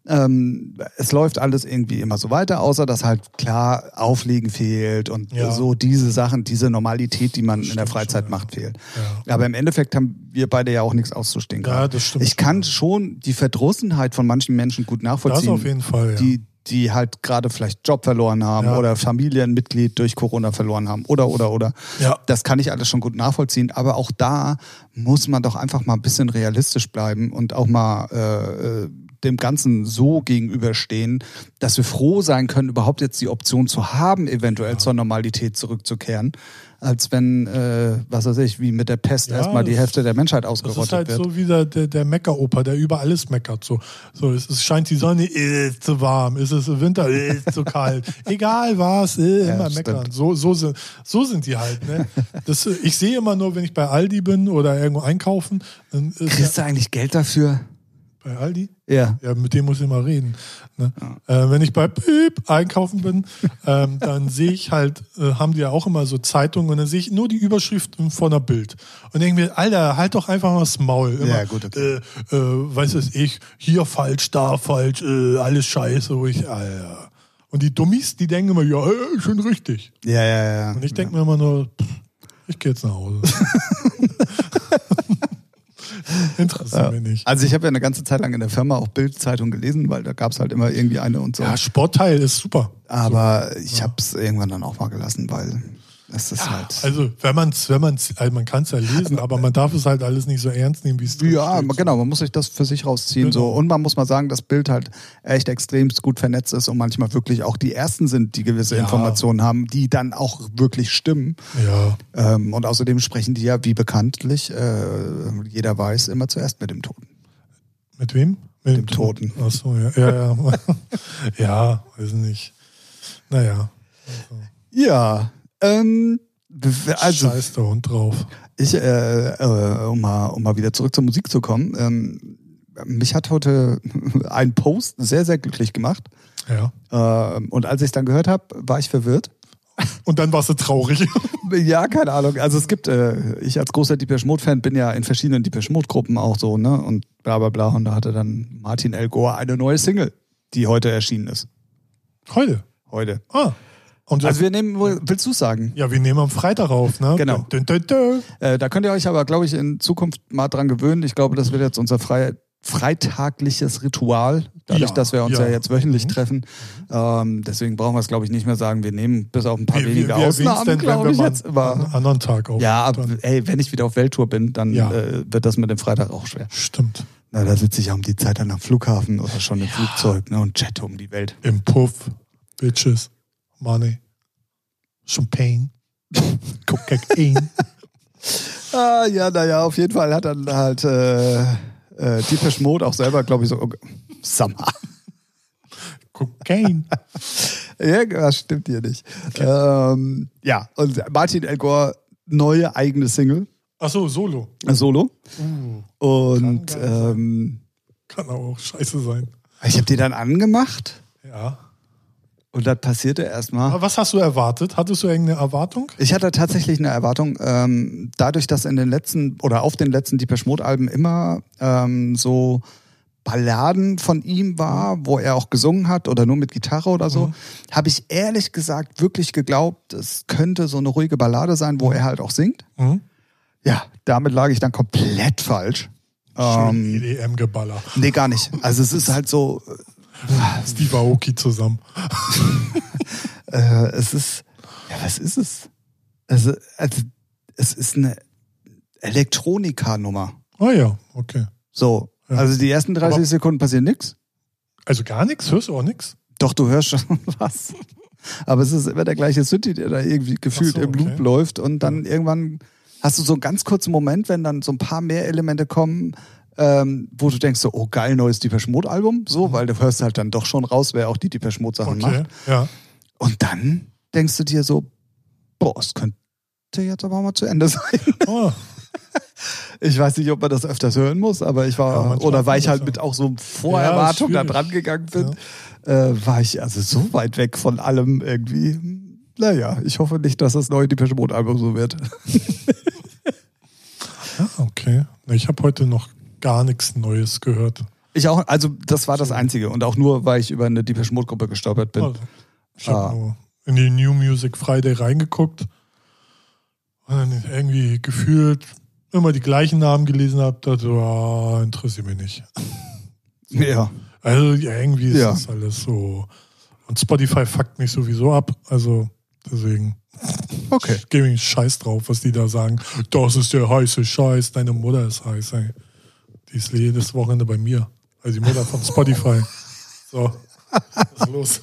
[SPEAKER 2] Ähm, es läuft alles irgendwie immer so weiter, außer dass halt klar Auflegen fehlt und
[SPEAKER 3] Ja.
[SPEAKER 2] so diese Sachen, diese Normalität, die man in der
[SPEAKER 3] stimmt
[SPEAKER 2] Freizeit
[SPEAKER 3] schon, ja.
[SPEAKER 2] macht, fehlt.
[SPEAKER 3] Ja.
[SPEAKER 2] Aber im Endeffekt haben wir beide ja auch nichts auszustehen.
[SPEAKER 3] Ja,
[SPEAKER 2] gerade.
[SPEAKER 3] das stimmt
[SPEAKER 2] Ich kann schon die Verdrossenheit von manchen Menschen gut nachvollziehen
[SPEAKER 3] Das auf jeden Fall, ja.
[SPEAKER 2] die, die halt gerade vielleicht Job verloren haben
[SPEAKER 3] Ja.
[SPEAKER 2] oder Familienmitglied durch Corona verloren haben oder, oder, oder.
[SPEAKER 3] Ja.
[SPEAKER 2] Das kann ich alles schon gut nachvollziehen, aber auch da muss man doch einfach mal ein bisschen realistisch bleiben und auch mal äh, äh, dem Ganzen so gegenüberstehen, dass wir froh sein können, überhaupt jetzt die Option zu haben, eventuell zur Normalität zurückzukehren, als wenn, äh, was weiß ich, wie mit der Pest
[SPEAKER 3] Ja,
[SPEAKER 2] erstmal die
[SPEAKER 3] das-
[SPEAKER 2] Hälfte der Menschheit
[SPEAKER 3] Das
[SPEAKER 2] ausgerottet
[SPEAKER 3] ist halt
[SPEAKER 2] wird.
[SPEAKER 3] so wie der, der, der Mecker-Opa, der über alles meckert. So, so es, es scheint die Sonne, äh, ist zu warm, ist es Winter, äh, ist zu kalt. Egal was, äh,
[SPEAKER 2] Ja,
[SPEAKER 3] immer
[SPEAKER 2] stimmt.
[SPEAKER 3] meckern. So, so, sind, so sind die halt. Ne? Das, äh, ich sehe immer nur, wenn ich bei Aldi bin oder irgendwo einkaufen, dann ist ja,
[SPEAKER 2] Kriegst du eigentlich Geld dafür?
[SPEAKER 3] bei Aldi.
[SPEAKER 2] Ja.
[SPEAKER 3] Ja, mit dem muss ich mal reden. Ne? Äh, wenn ich bei Piep einkaufen bin, ähm, dann sehe ich halt, äh, haben die ja auch immer so Zeitungen und dann sehe ich nur die Überschriften von der Bild. Und denke mir, Alter, halt doch einfach mal das Maul. Immer,
[SPEAKER 2] Ja, gut, okay.
[SPEAKER 3] Äh, äh, weiß es ich, hier falsch, da falsch, äh, alles scheiße, wo ich, Alter. Und die Dummies, die denken immer, ja, äh, schon richtig.
[SPEAKER 2] Ja, ja, ja.
[SPEAKER 3] Und ich denke mir immer nur, pff, ich gehe jetzt nach Hause. Interessiert mich nicht.
[SPEAKER 2] Also ich habe ja eine ganze Zeit lang in der Firma auch Bildzeitung gelesen, weil da gab es halt immer irgendwie eine und so.
[SPEAKER 3] Ja, Sportteil ist super.
[SPEAKER 2] Aber ich habe es irgendwann dann auch mal gelassen, weil es ist halt.
[SPEAKER 3] Also, wenn man es, wenn man's, also man kann es ja lesen, aber man darf es halt alles nicht so ernst nehmen, wie es drin
[SPEAKER 2] Ja,
[SPEAKER 3] steht. Genau.
[SPEAKER 2] genau, man muss sich das für sich rausziehen. So. Und man muss mal sagen, dass Bild halt echt extremst gut vernetzt ist und manchmal wirklich auch die Ersten sind, die gewisse
[SPEAKER 3] Ja.
[SPEAKER 2] Informationen haben, die dann auch wirklich stimmen.
[SPEAKER 3] Ja,
[SPEAKER 2] Ähm, und außerdem sprechen die ja, wie bekanntlich, äh, jeder weiß, immer zuerst mit dem Toten.
[SPEAKER 3] mit wem? Mit
[SPEAKER 2] Dem Toten.
[SPEAKER 3] Ach so, ja, ja, ja. ja, weiß nicht. Naja,
[SPEAKER 2] Ja. Ähm, w- also,
[SPEAKER 3] scheiß der Hund drauf.
[SPEAKER 2] Ich, äh, äh, um, mal, um mal wieder zurück zur Musik zu kommen, ähm, mich hat heute ein Post sehr, sehr glücklich gemacht.
[SPEAKER 3] Ja.
[SPEAKER 2] Ähm, und als ich es dann gehört habe, war ich verwirrt.
[SPEAKER 3] Und dann warst du traurig.
[SPEAKER 2] Ja, keine Ahnung. Also es gibt, äh, ich als großer Depeche Mode-Fan bin ja in verschiedenen Depeche Mode-Gruppen auch so, ne? Und bla bla bla. Und da hatte dann Martin El Gore eine neue Single, die heute erschienen ist.
[SPEAKER 3] Heute.
[SPEAKER 2] Heute.
[SPEAKER 3] Ah. Und
[SPEAKER 2] Also wir nehmen, willst du sagen?
[SPEAKER 3] ja, wir nehmen am Freitag auf, ne?
[SPEAKER 2] Genau.
[SPEAKER 3] Dün, dün, dün, dün.
[SPEAKER 2] Äh, da könnt ihr euch aber, glaube ich, in Zukunft mal dran gewöhnen. Ich glaube, das wird jetzt unser frei freitagliches Ritual, dadurch,
[SPEAKER 3] Ja,
[SPEAKER 2] dass wir uns ja,
[SPEAKER 3] ja.
[SPEAKER 2] jetzt wöchentlich
[SPEAKER 3] Mhm.
[SPEAKER 2] treffen. Ähm, deswegen brauchen wir es, glaube ich, nicht mehr sagen. Wir nehmen bis auf ein paar
[SPEAKER 3] Wie- wie-
[SPEAKER 2] wenige
[SPEAKER 3] wie erwähnt's
[SPEAKER 2] Ausnahmen, glaube ich,
[SPEAKER 3] mal
[SPEAKER 2] jetzt.
[SPEAKER 3] an einem
[SPEAKER 2] Aber,
[SPEAKER 3] anderen Tag auf?
[SPEAKER 2] ja, ab-
[SPEAKER 3] Dann,
[SPEAKER 2] ey, wenn ich wieder auf Welttour bin, dann
[SPEAKER 3] Ja.
[SPEAKER 2] äh, wird das mit dem Freitag auch schwer.
[SPEAKER 3] stimmt.
[SPEAKER 2] Na, da sitze ich ja um die Zeit dann am Flughafen oder schon im Flugzeug ne, und chatte um die Welt.
[SPEAKER 3] Im Puff. Bitches. Money. Champagne. Cocaine.
[SPEAKER 2] Ah, ja, naja, auf jeden Fall hat dann halt äh, äh, Deepesh Mode auch selber, glaube ich, so, okay, Summer.
[SPEAKER 3] Cocaine.
[SPEAKER 2] Irgendwas stimmt hier nicht. Ähm, ja, und Martin El Gore, neue eigene Single,
[SPEAKER 3] Achso, Solo.
[SPEAKER 2] äh, Solo.
[SPEAKER 3] Uh, Kann
[SPEAKER 2] Und
[SPEAKER 3] geil sein.
[SPEAKER 2] ähm,
[SPEAKER 3] kann aber auch scheiße sein.
[SPEAKER 2] ich habe die dann angemacht
[SPEAKER 3] Ja.
[SPEAKER 2] und das passierte erstmal.
[SPEAKER 3] Aber was hast du erwartet? Hattest du irgendeine Erwartung?
[SPEAKER 2] Ich hatte tatsächlich eine Erwartung, ähm, dadurch, dass in den letzten oder auf den letzten Deepesh Mode Alben immer ähm, so Balladen von ihm war, wo er auch gesungen hat oder nur mit Gitarre oder so,
[SPEAKER 3] Mhm.
[SPEAKER 2] habe ich ehrlich gesagt wirklich geglaubt, es könnte so eine ruhige Ballade sein, wo er halt auch singt.
[SPEAKER 3] Mhm.
[SPEAKER 2] Ja, damit lag ich dann komplett falsch.
[SPEAKER 3] Schön
[SPEAKER 2] Ähm,
[SPEAKER 3] EDM-Geballer.
[SPEAKER 2] nee, gar nicht. Also es ist halt so,
[SPEAKER 3] Steve Aoki zusammen.
[SPEAKER 2] äh, es ist, ja, was ist es? Also, also es ist eine Elektronika-Nummer.
[SPEAKER 3] Ah ja, okay.
[SPEAKER 2] So,
[SPEAKER 3] Ja.
[SPEAKER 2] also die ersten 30
[SPEAKER 3] Aber-
[SPEAKER 2] Sekunden passiert nichts.
[SPEAKER 3] Also gar nichts? Hörst du auch nichts?
[SPEAKER 2] Doch, du hörst schon was. Aber es ist immer der gleiche Synthi, der da irgendwie gefühlt
[SPEAKER 3] so,
[SPEAKER 2] im Loop
[SPEAKER 3] okay.
[SPEAKER 2] läuft und dann irgendwann hast du so einen ganz kurzen Moment, wenn dann so ein paar mehr Elemente kommen, ähm, wo du denkst so, oh geil, neues Deepesh Mode Album, so, weil du hörst halt dann doch schon raus, wer auch die Deepesh Mode Sachen
[SPEAKER 3] Mhm. Okay.
[SPEAKER 2] macht.
[SPEAKER 3] Ja.
[SPEAKER 2] Und dann denkst du dir so, boah, es könnte jetzt aber auch mal zu Ende sein.
[SPEAKER 3] Oh,
[SPEAKER 2] Ich weiß nicht, ob man das öfters hören muss, aber ich
[SPEAKER 3] Ja,
[SPEAKER 2] war,
[SPEAKER 3] manchmal
[SPEAKER 2] oder weil ich
[SPEAKER 3] kann
[SPEAKER 2] halt
[SPEAKER 3] das
[SPEAKER 2] mit
[SPEAKER 3] ja.
[SPEAKER 2] auch so einem Vorerwartung
[SPEAKER 3] Ja,
[SPEAKER 2] da
[SPEAKER 3] ist schwierig.
[SPEAKER 2] dran gegangen bin, äh, war ich also so weit weg von allem irgendwie. Naja, ich hoffe nicht, dass das neue Depeche Mode Album so wird.
[SPEAKER 3] ah, okay. Na, Ich habe heute noch gar nichts Neues gehört.
[SPEAKER 2] Ich auch, also das war das Einzige und auch nur, weil ich über eine Depeche Mode Gruppe gestolpert bin.
[SPEAKER 3] Also, ich habe
[SPEAKER 2] Ah.
[SPEAKER 3] nur in die New Music Friday reingeguckt und dann irgendwie gefühlt immer die gleichen Namen gelesen habe, dachte, ah, interessiert mich nicht.
[SPEAKER 2] Ja,
[SPEAKER 3] Also ja, irgendwie ist
[SPEAKER 2] Ja.
[SPEAKER 3] das alles so. Und Spotify fuckt mich sowieso ab. Also deswegen
[SPEAKER 2] okay.
[SPEAKER 3] ich gebe ich einen Scheiß drauf, was die da sagen. Das ist der heiße Scheiß, deine Mutter ist heiß, ey. Die ist jedes Wochenende bei mir. Also die Mutter von Spotify. So, was ist los?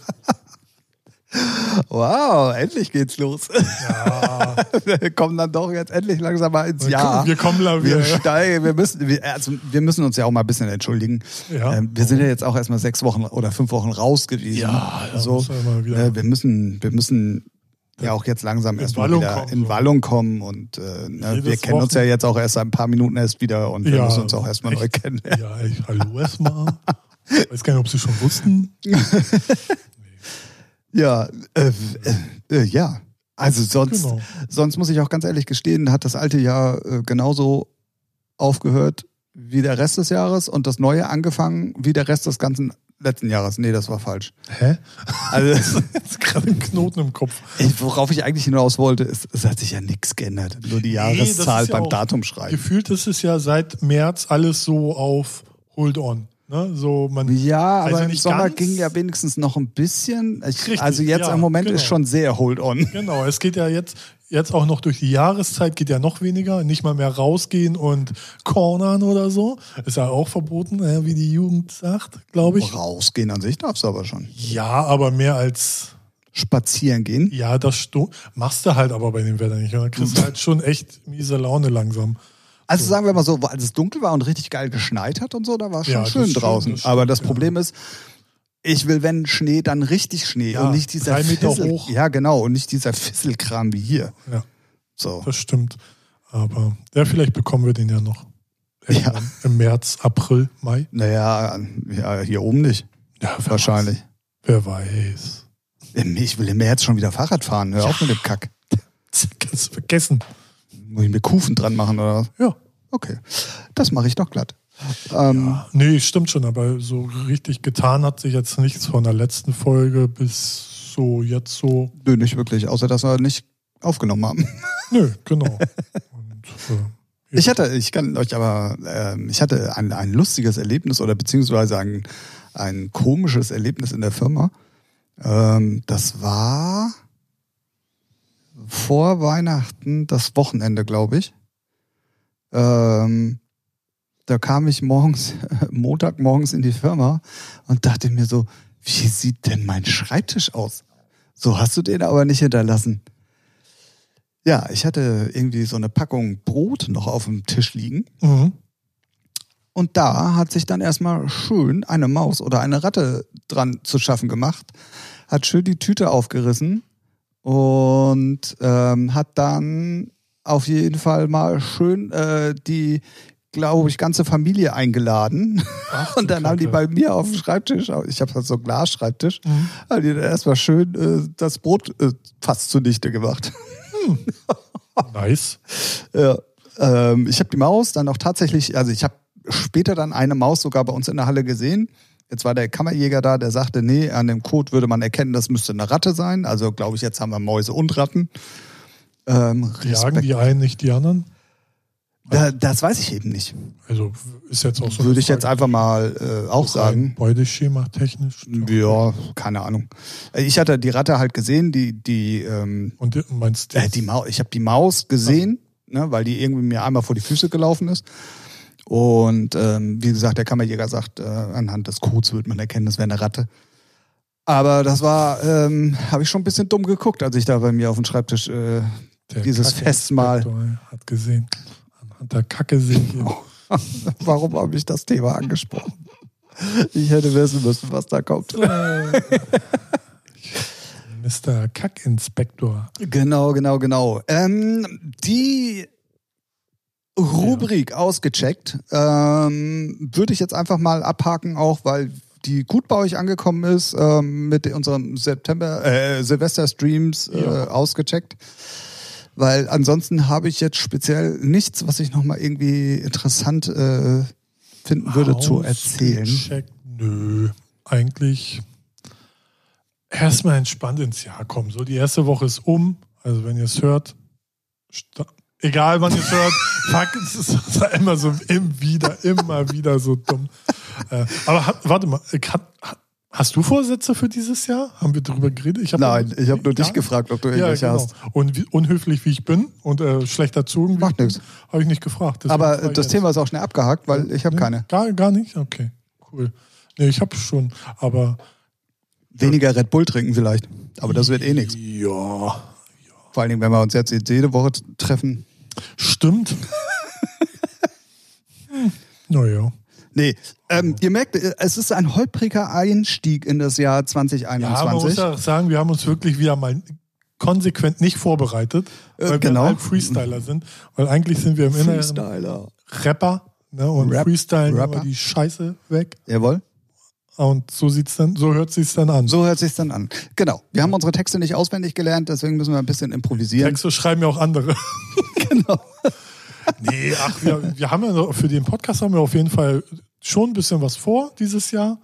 [SPEAKER 2] Wow, endlich geht's los.
[SPEAKER 3] Ja,
[SPEAKER 2] Wir kommen dann doch jetzt endlich langsam mal ins Jahr.
[SPEAKER 3] Wir kommen la
[SPEAKER 2] Wir
[SPEAKER 3] wieder.
[SPEAKER 2] steigen, wir müssen, wir, also wir müssen uns ja auch mal ein bisschen entschuldigen.
[SPEAKER 3] Ja.
[SPEAKER 2] Ähm, wir sind ja jetzt auch erstmal sechs Wochen oder fünf Wochen raus gewesen.
[SPEAKER 3] Ja, da
[SPEAKER 2] so.
[SPEAKER 3] muss man mal wieder-
[SPEAKER 2] äh, wir müssen, wir müssen ja auch jetzt langsam erstmal
[SPEAKER 3] Wallung
[SPEAKER 2] wieder
[SPEAKER 3] kommen,
[SPEAKER 2] in
[SPEAKER 3] so.
[SPEAKER 2] Wallung kommen und äh, ne,
[SPEAKER 3] Jedes
[SPEAKER 2] wir kennen uns ja jetzt auch erst seit ein paar Minuten erst wieder und wir
[SPEAKER 3] Ja,
[SPEAKER 2] müssen uns auch erstmal neu
[SPEAKER 3] echt.
[SPEAKER 2] kennen.
[SPEAKER 3] Ja, ich, hallo erstmal. Weiß gar nicht, ob Sie schon wussten.
[SPEAKER 2] Ja, äh, äh, äh, ja. Also sonst,
[SPEAKER 3] Genau.
[SPEAKER 2] sonst muss ich auch ganz ehrlich gestehen, hat das alte Jahr äh, genauso aufgehört wie der Rest des Jahres und das neue angefangen wie der Rest des ganzen letzten Jahres. Nee, das war falsch.
[SPEAKER 3] Hä?
[SPEAKER 2] Also,
[SPEAKER 3] Jetzt gerade ein Knoten im Kopf.
[SPEAKER 2] ich, worauf ich eigentlich hinaus wollte, ist, es hat sich ja nichts geändert. Nur die
[SPEAKER 3] das ist
[SPEAKER 2] Jahreszahl
[SPEAKER 3] ja
[SPEAKER 2] beim
[SPEAKER 3] auch
[SPEAKER 2] Datum schreiben.
[SPEAKER 3] Gefühlt ist es ja seit März alles so auf Hold on. Ne? So, man,
[SPEAKER 2] Ja,
[SPEAKER 3] Also
[SPEAKER 2] aber im
[SPEAKER 3] nicht
[SPEAKER 2] Sommer
[SPEAKER 3] ganz.
[SPEAKER 2] ging ja wenigstens noch ein bisschen. Ich,
[SPEAKER 3] Richtig,
[SPEAKER 2] also jetzt
[SPEAKER 3] ja,
[SPEAKER 2] im Moment
[SPEAKER 3] genau.
[SPEAKER 2] ist schon sehr hold on.
[SPEAKER 3] Genau, es geht ja jetzt, jetzt auch noch durch die Jahreszeit, geht ja noch weniger. Nicht mal mehr rausgehen und cornern oder so. Ist ja auch verboten, äh, wie die Jugend sagt, glaube ich.
[SPEAKER 2] Rausgehen an sich darfst du aber schon.
[SPEAKER 3] Ja, aber mehr als,
[SPEAKER 2] Spazieren gehen.
[SPEAKER 3] ja, das sto- machst du halt aber bei dem Wetter nicht. Und dann kriegst du halt schon echt miese Laune langsam.
[SPEAKER 2] Also sagen wir mal so, als es dunkel war und richtig geil geschneit hat und so, da war es schon
[SPEAKER 3] Ja, das
[SPEAKER 2] schön
[SPEAKER 3] stimmt,
[SPEAKER 2] draußen.
[SPEAKER 3] das stimmt,
[SPEAKER 2] Aber das
[SPEAKER 3] ja.
[SPEAKER 2] Problem ist, ich will, wenn Schnee, dann richtig Schnee
[SPEAKER 3] Ja,
[SPEAKER 2] und nicht dieser
[SPEAKER 3] drei Meter
[SPEAKER 2] Fissel-
[SPEAKER 3] hoch.
[SPEAKER 2] Ja, genau, und nicht dieser Fisselkram wie hier.
[SPEAKER 3] Ja,
[SPEAKER 2] So.
[SPEAKER 3] das stimmt. Aber ja, vielleicht bekommen wir den ja noch.
[SPEAKER 2] Ja.
[SPEAKER 3] Irgendwann Im März, April, Mai.
[SPEAKER 2] Naja, ja, hier oben nicht.
[SPEAKER 3] Ja, wer
[SPEAKER 2] Wahrscheinlich.
[SPEAKER 3] Weiß. Wer weiß.
[SPEAKER 2] Ich will im März schon wieder Fahrrad fahren. Hör auf mit dem Kack.
[SPEAKER 3] Kannst du vergessen.
[SPEAKER 2] Muss ich mir Kufen dran machen oder was?
[SPEAKER 3] Ja.
[SPEAKER 2] Okay. Das mache ich doch glatt. Ähm,
[SPEAKER 3] Nee, stimmt schon, aber so richtig getan hat sich jetzt nichts von der letzten Folge bis so jetzt so.
[SPEAKER 2] Nö, nicht wirklich, außer dass wir nicht aufgenommen haben.
[SPEAKER 3] Nö, genau. Und, äh,
[SPEAKER 2] Ich hatte, ich kann euch aber, ähm, ich hatte ein, ein lustiges Erlebnis oder beziehungsweise ein, ein komisches Erlebnis in der Firma. Ähm, das war vor Weihnachten, das Wochenende, glaube ich. Ähm, da kam ich morgens, Montagmorgens in die Firma und dachte mir so, wie sieht denn mein Schreibtisch aus? So hast du den aber nicht hinterlassen. Ja, ich hatte irgendwie so eine Packung Brot noch auf dem Tisch liegen.
[SPEAKER 3] mhm.
[SPEAKER 2] Und da hat sich dann erstmal schön eine Maus oder eine Ratte dran zu schaffen gemacht, hat schön die Tüte aufgerissen und ähm, hat dann auf jeden Fall mal schön äh, die, glaube ich, ganze Familie eingeladen.
[SPEAKER 3] Ach,
[SPEAKER 2] Und dann haben die
[SPEAKER 3] Kacke.
[SPEAKER 2] bei mir auf dem Schreibtisch, ich habe halt so einen Glasschreibtisch,
[SPEAKER 3] Mhm.
[SPEAKER 2] haben die dann erstmal schön äh, das Brot äh, fast zunichte gemacht.
[SPEAKER 3] Nice.
[SPEAKER 2] Ja, ähm, ich habe die Maus dann auch tatsächlich, also ich habe später dann eine Maus sogar bei uns in der Halle gesehen. Jetzt war der Kammerjäger da, der sagte, nee, an dem Code würde man erkennen, das müsste eine Ratte sein. Also glaube ich, jetzt haben wir Mäuse und Ratten. Ähm,
[SPEAKER 3] Jagen
[SPEAKER 2] Respekt.
[SPEAKER 3] die einen, nicht die anderen?
[SPEAKER 2] Da, das weiß ich eben nicht.
[SPEAKER 3] Also ist jetzt auch so.
[SPEAKER 2] würde ich jetzt einfach mal äh, auch sagen.
[SPEAKER 3] Beuteschema technisch.
[SPEAKER 2] Ja, keine Ahnung. Ich hatte die Ratte halt gesehen, die, die ähm,
[SPEAKER 3] Und die- meinst du?
[SPEAKER 2] Äh, die Maus, ich habe die Maus gesehen, ne, weil die irgendwie mir einmal vor die Füße gelaufen ist. Und ähm, wie gesagt, der Kammerjäger sagt, äh, anhand des Codes wird man erkennen, das wäre eine Ratte. Aber das war, ähm, habe ich schon ein bisschen dumm geguckt, als ich da bei mir auf dem Schreibtisch. Äh,
[SPEAKER 3] Der
[SPEAKER 2] dieses
[SPEAKER 3] Kacke-
[SPEAKER 2] Festmahl.
[SPEAKER 3] Inspektor Hat gesehen. Anhand der Kacke sehe ich.
[SPEAKER 2] warum habe ich das Thema angesprochen? Ich hätte wissen müssen, was da kommt.
[SPEAKER 3] Mr. Kackinspektor.
[SPEAKER 2] Genau, genau, genau. Ähm, die Rubrik ausgecheckt ähm, würde ich jetzt einfach mal abhaken, auch weil die gut bei euch angekommen ist ähm, mit unserem September äh, Silvester Streams äh,
[SPEAKER 3] Ja.
[SPEAKER 2] ausgecheckt. Weil ansonsten habe ich jetzt speziell nichts, was ich noch mal irgendwie interessant äh, finden würde zu erzählen.
[SPEAKER 3] Ausgecheckt? Nö, eigentlich erstmal entspannt ins Jahr kommen. So, die erste Woche ist um. Also, wenn ihr es hört, sta- egal wann ihr es hört, fuck, es ist immer so, im wieder, immer wieder so dumm. Äh, aber hat, warte mal, äh, hat, hat, hast du Vorsätze für dieses Jahr? Haben wir darüber geredet? Ich hab-
[SPEAKER 2] Nein, ich habe nur dich
[SPEAKER 3] Ja?
[SPEAKER 2] gefragt, ob du
[SPEAKER 3] Ja,
[SPEAKER 2] irgendwelche
[SPEAKER 3] genau.
[SPEAKER 2] hast.
[SPEAKER 3] Und wie, unhöflich wie ich bin und äh, schlecht erzogen wie
[SPEAKER 2] Macht
[SPEAKER 3] ich bin,
[SPEAKER 2] nix.
[SPEAKER 3] habe ich nicht gefragt. Deswegen
[SPEAKER 2] Aber
[SPEAKER 3] frage ich Mhm.
[SPEAKER 2] das
[SPEAKER 3] jetzt.
[SPEAKER 2] Thema ist auch schnell abgehakt, weil ich habe
[SPEAKER 3] Nee,
[SPEAKER 2] keine.
[SPEAKER 3] Hm, Gar, gar nicht? Okay. cool. Nee, ich habe schon, aber
[SPEAKER 2] Weniger Red Bull trinken vielleicht. Aber das wird eh nichts.
[SPEAKER 3] ja,
[SPEAKER 2] Vor allen Dingen, wenn wir uns jetzt jede Woche treffen.
[SPEAKER 3] stimmt. Hm, naja.
[SPEAKER 2] Nee, ähm, ihr merkt, äh, es ist ein holpriger Einstieg in das Jahr
[SPEAKER 3] Ja, man muss
[SPEAKER 2] 2021.
[SPEAKER 3] auch sagen, wir haben uns wirklich wieder mal konsequent nicht vorbereitet,
[SPEAKER 2] Äh,
[SPEAKER 3] weil
[SPEAKER 2] genau.
[SPEAKER 3] wir halt Freestyler sind. Weil eigentlich sind wir im Inneren
[SPEAKER 2] Freestyler.
[SPEAKER 3] Rapper ne, und
[SPEAKER 2] Rap-
[SPEAKER 3] freestylen
[SPEAKER 2] Rapper.
[SPEAKER 3] immer die Scheiße weg.
[SPEAKER 2] Jawohl.
[SPEAKER 3] Und so sieht's dann, so hört sich's dann an.
[SPEAKER 2] So hört sich's dann an. Genau. Wir haben unsere Texte nicht auswendig gelernt, deswegen müssen wir ein bisschen improvisieren.
[SPEAKER 3] Texte schreiben ja auch andere.
[SPEAKER 2] Genau.
[SPEAKER 3] Nee, ach, wir, wir haben ja noch- für den Podcast haben wir auf jeden Fall schon ein bisschen was vor dieses Jahr.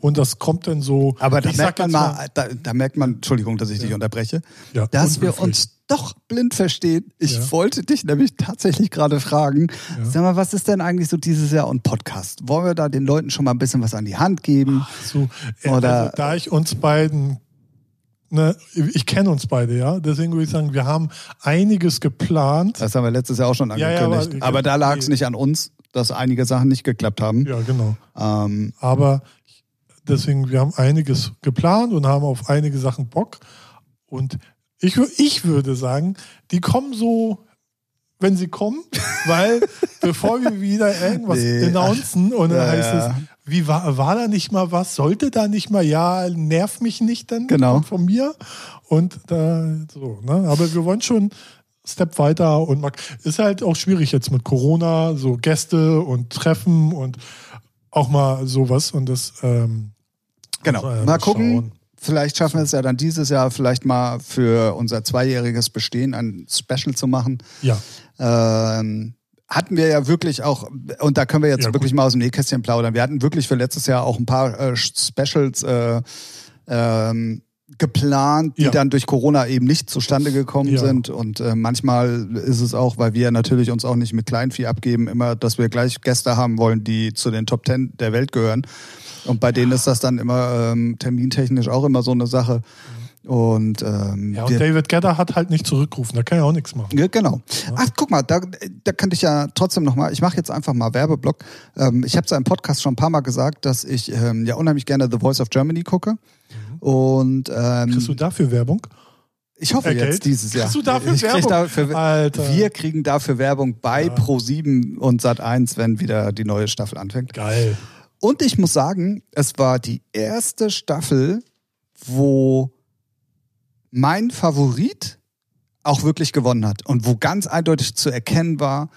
[SPEAKER 3] Und das kommt dann so.
[SPEAKER 2] Aber da
[SPEAKER 3] ich sag
[SPEAKER 2] merkt, man
[SPEAKER 3] jetzt
[SPEAKER 2] mal, da, da merkt man, Entschuldigung, dass ich dich unterbreche,
[SPEAKER 3] Ja,
[SPEAKER 2] dass wir
[SPEAKER 3] unhöflich.
[SPEAKER 2] uns doch blind verstehen. Ich
[SPEAKER 3] Ja.
[SPEAKER 2] wollte dich nämlich tatsächlich gerade fragen, sag mal, was ist denn eigentlich so dieses Jahr und Podcast? Wollen wir da den Leuten schon mal ein bisschen was an die Hand geben?
[SPEAKER 3] So, äh,
[SPEAKER 2] Oder-
[SPEAKER 3] also, da ich uns beiden, ne, ich kenne uns beide, ja. Deswegen würde ich sagen, wir haben einiges geplant.
[SPEAKER 2] Das haben wir letztes Jahr auch schon
[SPEAKER 3] Ja, ja,
[SPEAKER 2] angekündigt. aber,
[SPEAKER 3] aber-
[SPEAKER 2] da lag es nicht an uns, dass einige Sachen nicht geklappt haben.
[SPEAKER 3] Ja, genau.
[SPEAKER 2] Ähm,
[SPEAKER 3] Aber deswegen, wir haben einiges geplant und haben auf einige Sachen Bock. Und ich, wür- ich würde sagen, die kommen so, wenn sie kommen, weil bevor wir wieder irgendwas
[SPEAKER 2] Nee, ach,
[SPEAKER 3] announcen und dann
[SPEAKER 2] ja,
[SPEAKER 3] heißt
[SPEAKER 2] ja.
[SPEAKER 3] es, wie war, war da nicht mal was? Sollte da nicht mal, ja, nerv mich nicht dann
[SPEAKER 2] Genau.
[SPEAKER 3] kommt von mir. Und da, so, ne? Aber wir wollen schon Step weiter und mag, ist halt auch schwierig jetzt mit Corona, so Gäste und Treffen und auch mal sowas und das, ähm,
[SPEAKER 2] genau.
[SPEAKER 3] muss man ja
[SPEAKER 2] mal gucken.
[SPEAKER 3] schauen.
[SPEAKER 2] Vielleicht schaffen wir es ja dann dieses Jahr vielleicht mal für unser zweijähriges Bestehen ein Special zu machen.
[SPEAKER 3] ja,
[SPEAKER 2] Ähm, hatten wir ja wirklich auch, und da können wir jetzt
[SPEAKER 3] Ja,
[SPEAKER 2] wirklich mal aus dem Nähkästchen plaudern, wir hatten wirklich für letztes Jahr auch ein paar äh, Specials äh, ähm, geplant, die
[SPEAKER 3] Ja.
[SPEAKER 2] dann durch Corona eben nicht zustande gekommen
[SPEAKER 3] Ja.
[SPEAKER 2] sind. Und äh, manchmal ist es auch, weil wir natürlich uns auch nicht mit Kleinvieh abgeben, immer, dass wir gleich Gäste haben wollen, die zu den Top Ten der Welt gehören. Und bei denen ist das dann immer ähm, termintechnisch auch immer so eine Sache. Und, ähm,
[SPEAKER 3] Mhm. ja, und
[SPEAKER 2] wir
[SPEAKER 3] David Gedder hat halt nicht zurückgerufen, da kann er auch nichts machen.
[SPEAKER 2] ja, genau. Ach, guck mal, da, da könnte ich ja trotzdem nochmal, ich mache jetzt einfach mal Werbeblock. Ähm, ich habe es ja im Podcast schon ein paar Mal gesagt, dass ich ähm, ja unheimlich gerne The Voice of Germany gucke. Und
[SPEAKER 3] Mhm. Kriegst du
[SPEAKER 2] ähm,
[SPEAKER 3] dafür Werbung?
[SPEAKER 2] ich hoffe
[SPEAKER 3] äh,
[SPEAKER 2] jetzt
[SPEAKER 3] Geld?
[SPEAKER 2] dieses Jahr.
[SPEAKER 3] Kriegst du dafür
[SPEAKER 2] ich krieg
[SPEAKER 3] Werbung?
[SPEAKER 2] Dafür,
[SPEAKER 3] Alter.
[SPEAKER 2] Wir kriegen dafür Werbung bei Pro7 und Sat1, wenn wieder die neue Staffel anfängt.
[SPEAKER 3] Geil.
[SPEAKER 2] Und ich muss sagen, es war die erste Staffel, wo mein Favorit auch wirklich gewonnen hat und wo ganz eindeutig zu erkennen war,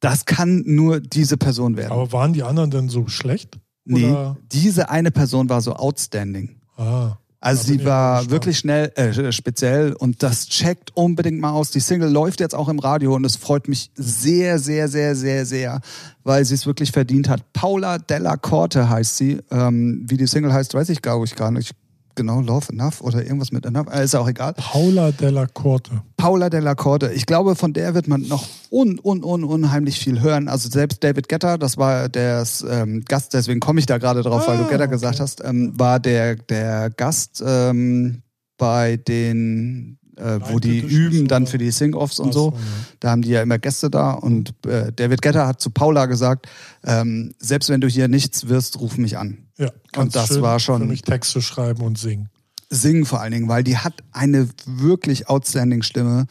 [SPEAKER 2] das kann nur diese Person werden.
[SPEAKER 3] Aber waren die anderen denn so schlecht?
[SPEAKER 2] nee,
[SPEAKER 3] Oder?
[SPEAKER 2] diese eine Person war so outstanding.
[SPEAKER 3] Ah,
[SPEAKER 2] Also
[SPEAKER 3] Da
[SPEAKER 2] sie
[SPEAKER 3] bin ich
[SPEAKER 2] war
[SPEAKER 3] gespannt.
[SPEAKER 2] wirklich schnell, äh, speziell und das checkt unbedingt mal aus. Die Single läuft jetzt auch im Radio und es freut mich sehr, sehr, sehr, sehr, sehr, weil sie es wirklich verdient hat. Paula Della Corte heißt sie. Ähm, wie die Single heißt, weiß ich glaube ich gar nicht. Genau, Love Enough oder irgendwas mit Enough. Äh, ist auch egal.
[SPEAKER 3] Paula Della Corte.
[SPEAKER 2] Paula Della Corte. Ich glaube, von der wird man noch un, un, un, unheimlich viel hören. Also selbst David Getter, das war der ähm, Gast, deswegen komme ich da gerade drauf, weil du
[SPEAKER 3] Ah,
[SPEAKER 2] Getter
[SPEAKER 3] okay.
[SPEAKER 2] gesagt hast, ähm, war der, der Gast ähm, bei den, äh, wo die
[SPEAKER 3] Live-Editions
[SPEAKER 2] üben dann
[SPEAKER 3] oder?
[SPEAKER 2] für die Sing-Offs und so.
[SPEAKER 3] Ach
[SPEAKER 2] Da haben die ja immer Gäste da und äh, David Getter hat zu Paula gesagt, ähm, selbst wenn du hier nichts wirst, ruf mich an.
[SPEAKER 3] Ja, ganz
[SPEAKER 2] das
[SPEAKER 3] schön
[SPEAKER 2] war schon-
[SPEAKER 3] Für mich Texte schreiben und singen.
[SPEAKER 2] Singen vor allen Dingen, weil die hat eine wirklich outstanding Stimme.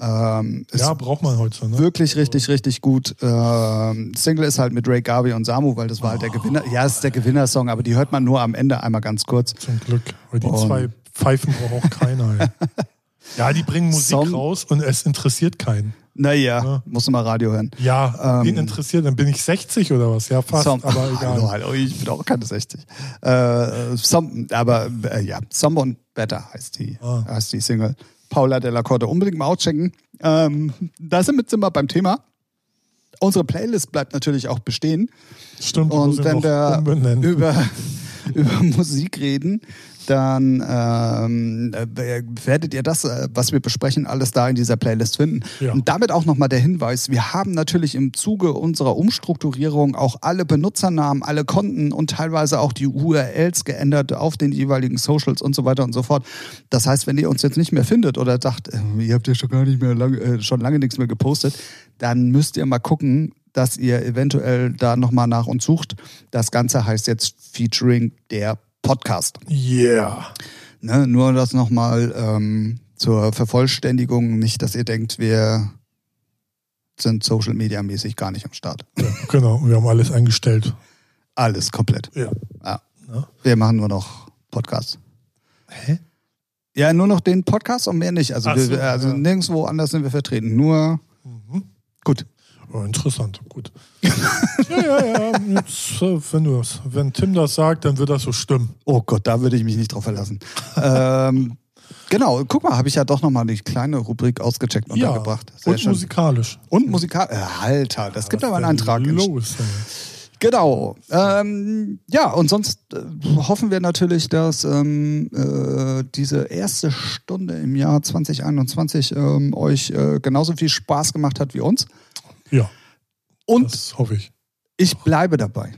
[SPEAKER 2] Ähm, es
[SPEAKER 3] ja, braucht man heute so, ne?
[SPEAKER 2] wirklich richtig, richtig gut. Ähm, Single ist halt mit Ray Garvey und Samu, weil das war halt
[SPEAKER 3] Oh.
[SPEAKER 2] der Gewinner. Ja, es ist der Gewinnersong, aber die hört man nur am Ende einmal ganz kurz.
[SPEAKER 3] Zum Glück. Weil die
[SPEAKER 2] Und-
[SPEAKER 3] zwei Pfeifen braucht auch keiner. ey. ja, die bringen Musik
[SPEAKER 2] Song-
[SPEAKER 3] raus und es interessiert keinen.
[SPEAKER 2] Naja, ja.
[SPEAKER 3] Ja.
[SPEAKER 2] musst du mal Radio hören.
[SPEAKER 3] Ja,
[SPEAKER 2] Ähm,
[SPEAKER 3] wen interessiert? Dann bin ich 60 oder was? Ja, fast,
[SPEAKER 2] Som-
[SPEAKER 3] aber
[SPEAKER 2] Hallo,
[SPEAKER 3] egal.
[SPEAKER 2] hallo, ich bin auch keine 60. Äh, some, aber äh, ja, Someone Better heißt die,
[SPEAKER 3] Ah.
[SPEAKER 2] heißt die Single. Paula Della Corte, unbedingt mal auschecken. Ähm, da sind wir jetzt immer beim Thema. Unsere Playlist bleibt natürlich auch bestehen.
[SPEAKER 3] Stimmt, muss
[SPEAKER 2] Und
[SPEAKER 3] ich
[SPEAKER 2] wenn
[SPEAKER 3] noch
[SPEAKER 2] wir
[SPEAKER 3] umbenennen.
[SPEAKER 2] über, über Musik reden, dann ähm, äh, werdet ihr das, äh, was wir besprechen, alles da in dieser Playlist finden.
[SPEAKER 3] Ja.
[SPEAKER 2] Und damit auch nochmal der Hinweis, wir haben natürlich im Zuge unserer Umstrukturierung auch alle Benutzernamen, alle Konten und teilweise auch die URLs geändert auf den jeweiligen Socials und so weiter und so fort. Das heißt, wenn ihr uns jetzt nicht mehr findet oder sagt, äh, ihr habt ja schon gar nicht mehr lange, äh, schon lange nichts mehr gepostet, dann müsst ihr mal gucken, dass ihr eventuell da nochmal nach uns sucht. Das Ganze heißt jetzt Featuring der Podcast.
[SPEAKER 3] Yeah.
[SPEAKER 2] Ne? Nur das nochmal ähm, zur Vervollständigung, nicht, dass ihr denkt, wir sind Social Media mäßig gar nicht am Start.
[SPEAKER 3] Ja, genau, wir haben alles eingestellt.
[SPEAKER 2] Alles komplett.
[SPEAKER 3] Ja. Ne?
[SPEAKER 2] Ja.
[SPEAKER 3] Ja.
[SPEAKER 2] Wir machen nur noch Podcasts.
[SPEAKER 3] Hä?
[SPEAKER 2] Ja, nur noch den Podcast und mehr nicht. Also,
[SPEAKER 3] Ach
[SPEAKER 2] wir,
[SPEAKER 3] so,
[SPEAKER 2] also
[SPEAKER 3] ja.
[SPEAKER 2] nirgendwo anders sind wir vertreten. Nur
[SPEAKER 3] Mhm.
[SPEAKER 2] gut.
[SPEAKER 3] Oh, interessant, gut. ja, ja, ja. Jetzt, äh, wenn, du das, wenn Tim das sagt, dann wird das so stimmen.
[SPEAKER 2] Oh Gott, da würde ich mich nicht drauf verlassen. ähm, genau, guck mal, habe ich ja doch nochmal die kleine Rubrik ausgecheckt und
[SPEAKER 3] Ja.
[SPEAKER 2] untergebracht. Sehr
[SPEAKER 3] Und
[SPEAKER 2] schön.
[SPEAKER 3] musikalisch.
[SPEAKER 2] und Musikal. Äh, Alter, das gibt aber einen Antrag.
[SPEAKER 3] Los, ey.
[SPEAKER 2] Genau. Ähm, ja, und sonst äh, hoffen wir natürlich, dass ähm, äh, diese erste Stunde im Jahr 2021 ähm, euch äh, genauso viel Spaß gemacht hat wie uns.
[SPEAKER 3] Ja,
[SPEAKER 2] Und
[SPEAKER 3] das hoffe ich.
[SPEAKER 2] ich bleibe dabei.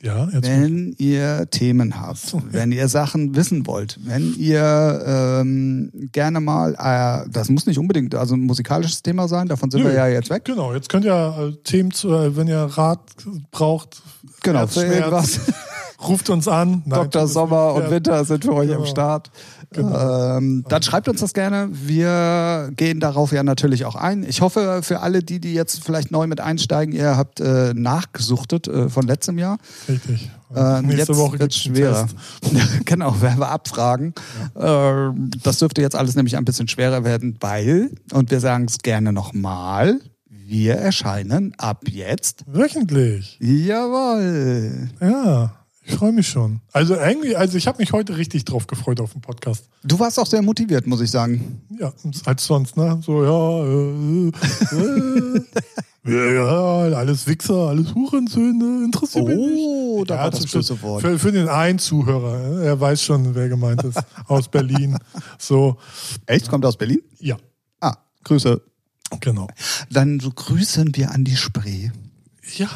[SPEAKER 3] Ja, jetzt.
[SPEAKER 2] Wenn ihr Themen habt,
[SPEAKER 3] so, ja.
[SPEAKER 2] wenn ihr Sachen wissen wollt, wenn ihr ähm, gerne mal, äh, das muss nicht unbedingt also ein musikalisches Thema sein, davon sind
[SPEAKER 3] Nö.
[SPEAKER 2] wir ja jetzt weg.
[SPEAKER 3] Genau, jetzt könnt ihr äh, Themen zu, äh, wenn ihr Rat braucht,
[SPEAKER 2] Genau, für
[SPEAKER 3] Herzschmerz.
[SPEAKER 2] irgendwas.
[SPEAKER 3] ruft uns an. Nein,
[SPEAKER 2] Dr.
[SPEAKER 3] tut es
[SPEAKER 2] Sommer
[SPEAKER 3] nicht.
[SPEAKER 2] und
[SPEAKER 3] Ja.
[SPEAKER 2] Winter sind für euch am
[SPEAKER 3] Genau.
[SPEAKER 2] Start. Ähm, dann schreibt uns das gerne. Wir gehen darauf ja natürlich auch ein. Ich hoffe, für alle die, die jetzt vielleicht neu mit einsteigen, ihr habt äh, nachgesuchtet äh, von letztem Jahr.
[SPEAKER 3] Richtig.
[SPEAKER 2] Ähm,
[SPEAKER 3] Nächste
[SPEAKER 2] jetzt
[SPEAKER 3] Woche
[SPEAKER 2] wird
[SPEAKER 3] gibt's einen
[SPEAKER 2] schwerer.
[SPEAKER 3] Test.
[SPEAKER 2] genau, werden wir abfragen. Ähm, das dürfte jetzt alles nämlich ein bisschen schwerer werden, weil, und wir sagen es gerne nochmal, wir erscheinen ab jetzt.
[SPEAKER 3] Wöchentlich.
[SPEAKER 2] Jawohl.
[SPEAKER 3] Ja, ich freue mich schon. Also irgendwie, also ich habe mich heute richtig drauf gefreut auf den Podcast.
[SPEAKER 2] Du warst auch sehr motiviert, muss ich sagen.
[SPEAKER 3] Ja, als sonst, ne? So, ja, äh, äh, ja, ja, alles Wichser, alles Hurensöhne, interessiert mich nicht.
[SPEAKER 2] Oh, da
[SPEAKER 3] Ja,
[SPEAKER 2] war das
[SPEAKER 3] zum Schluss.
[SPEAKER 2] böse Wort.
[SPEAKER 3] Für, für den einen Zuhörer, äh, er weiß schon, wer gemeint ist, aus Berlin. So,
[SPEAKER 2] Echt? Kommt aus Berlin?
[SPEAKER 3] ja,
[SPEAKER 2] Ah, Grüße.
[SPEAKER 3] genau.
[SPEAKER 2] Dann so grüßen wir an die Spree.
[SPEAKER 3] Ja.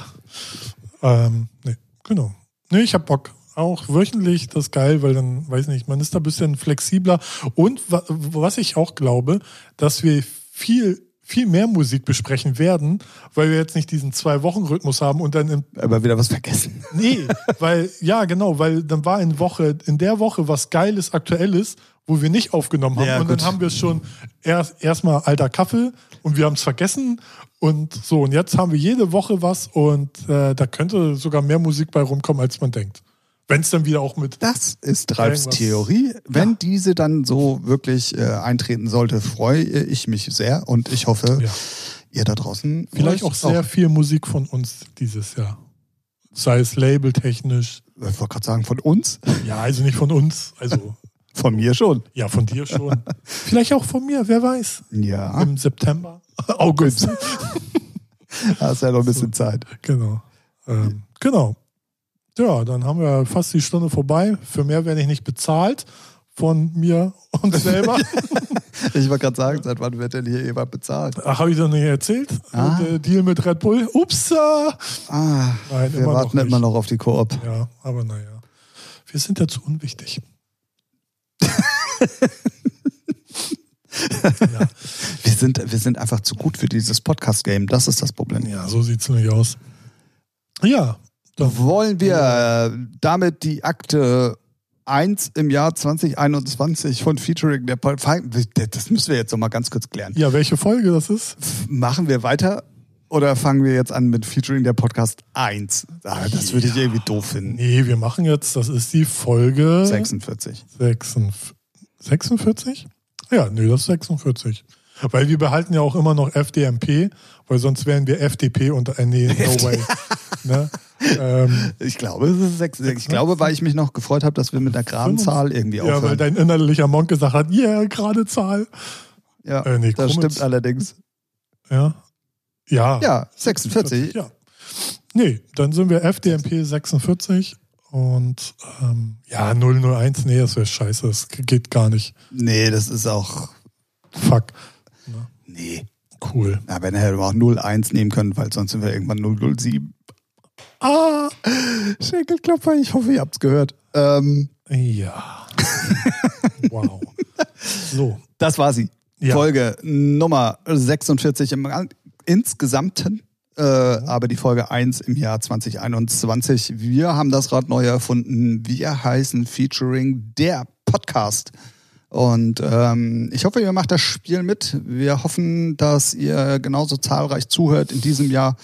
[SPEAKER 3] Ähm, nee, genau. Nee, ich hab Bock. Auch wöchentlich, das ist geil, weil dann, weiß nicht, man ist da ein bisschen flexibler. Und wa was ich auch glaube, dass wir viel, viel mehr Musik besprechen werden, weil wir jetzt nicht diesen Zwei-Wochen-Rhythmus haben und dann im
[SPEAKER 2] Aber wieder was vergessen.
[SPEAKER 3] Nee, weil, ja, genau, weil dann war in Woche, in der Woche was Geiles, Aktuelles, wo wir nicht aufgenommen haben.
[SPEAKER 2] Ja,
[SPEAKER 3] und
[SPEAKER 2] gut.
[SPEAKER 3] dann haben wir schon erst erstmal alter Kaffee und wir haben es vergessen. Und so, und jetzt haben wir jede Woche was und äh, da könnte sogar mehr Musik bei rumkommen, als man denkt. Wenn es dann wieder auch mit.
[SPEAKER 2] Das ist Ralfs
[SPEAKER 3] Irgendwas.
[SPEAKER 2] Theorie. Wenn diese dann so wirklich äh, eintreten sollte, freue ich mich sehr und ich hoffe,
[SPEAKER 3] Ja,
[SPEAKER 2] ihr da draußen
[SPEAKER 3] vielleicht
[SPEAKER 2] euch
[SPEAKER 3] auch sehr viel Musik von uns dieses Jahr. Sei es labeltechnisch.
[SPEAKER 2] Ich wollte gerade sagen, von uns,
[SPEAKER 3] Ja, also nicht von uns, also
[SPEAKER 2] von mir schon.
[SPEAKER 3] ja, von dir schon. Vielleicht auch von mir, wer weiß.
[SPEAKER 2] Ja,
[SPEAKER 3] im September, August.
[SPEAKER 2] hast ja noch ein bisschen Zeit.
[SPEAKER 3] genau. Ähm, genau. Ja, dann haben wir fast die Stunde vorbei. Für mehr werde ich nicht bezahlt von mir und selber.
[SPEAKER 2] Ich wollte gerade sagen, seit wann wird denn hier jemand bezahlt?
[SPEAKER 3] Ach, habe ich doch nicht erzählt.
[SPEAKER 2] Ah.
[SPEAKER 3] Und, äh, Deal mit Red Bull. Upsa.
[SPEAKER 2] Ah,
[SPEAKER 3] Nein,
[SPEAKER 2] wir warten
[SPEAKER 3] nicht.
[SPEAKER 2] immer noch auf die Koop.
[SPEAKER 3] Ja, aber naja. Wir sind ja zu unwichtig. ja.
[SPEAKER 2] Wir sind, wir sind einfach zu gut für dieses Podcast-Game. Das ist das Problem.
[SPEAKER 3] ja, so sieht es nämlich aus. Ja,
[SPEAKER 2] Wollen wir äh, damit die Akte 1 im Jahr 2021 von Featuring der Pol Fein- Das müssen wir jetzt noch mal ganz kurz klären.
[SPEAKER 3] ja, welche Folge das ist?
[SPEAKER 2] F- Machen wir weiter oder fangen wir jetzt an mit Featuring der Podcast 1? Ah, das würde ich irgendwie doof finden.
[SPEAKER 3] Nee, wir machen jetzt, das ist die Folge
[SPEAKER 2] 46.
[SPEAKER 3] 46. 46? Ja, nö, das ist 46. Weil wir behalten ja auch immer noch FDMP, weil sonst wären wir FDP und äh, nee, no way. ne? ähm,
[SPEAKER 2] Ich glaube, es ist 46. Ich glaube, weil ich mich noch gefreut habe, dass wir mit einer geraden Zahl irgendwie
[SPEAKER 3] ja, weil
[SPEAKER 2] aufhören.
[SPEAKER 3] dein innerlicher Monk gesagt hat, yeah, gerade Zahl.
[SPEAKER 2] Ja,
[SPEAKER 3] äh, nee,
[SPEAKER 2] das
[SPEAKER 3] Krummels.
[SPEAKER 2] stimmt allerdings.
[SPEAKER 3] Ja. Ja.
[SPEAKER 2] Ja, 46.
[SPEAKER 3] Ja. Nee, dann sind wir FDMP 46 und ähm, ja, 001, nee, das wäre scheiße, das geht gar nicht.
[SPEAKER 2] Nee, das ist auch.
[SPEAKER 3] Fuck.
[SPEAKER 2] Nee.
[SPEAKER 3] Cool.
[SPEAKER 2] Aber dann hätten wir auch 01 nehmen können, weil sonst sind wir irgendwann 007.
[SPEAKER 3] Ah!
[SPEAKER 2] Schenkelklopfer, ich hoffe, ihr habt's gehört. Ähm,
[SPEAKER 3] Ja. wow. So.
[SPEAKER 2] das war sie.
[SPEAKER 3] Ja.
[SPEAKER 2] Folge Nummer 46 im An- insgesamten. äh, aber die Folge 1 im Jahr 2021. Wir haben das Rad neu erfunden. Wir heißen Featuring der Podcast. Und ähm, ich hoffe, ihr macht das Spiel mit. Wir hoffen, dass ihr genauso zahlreich zuhört in diesem Jahr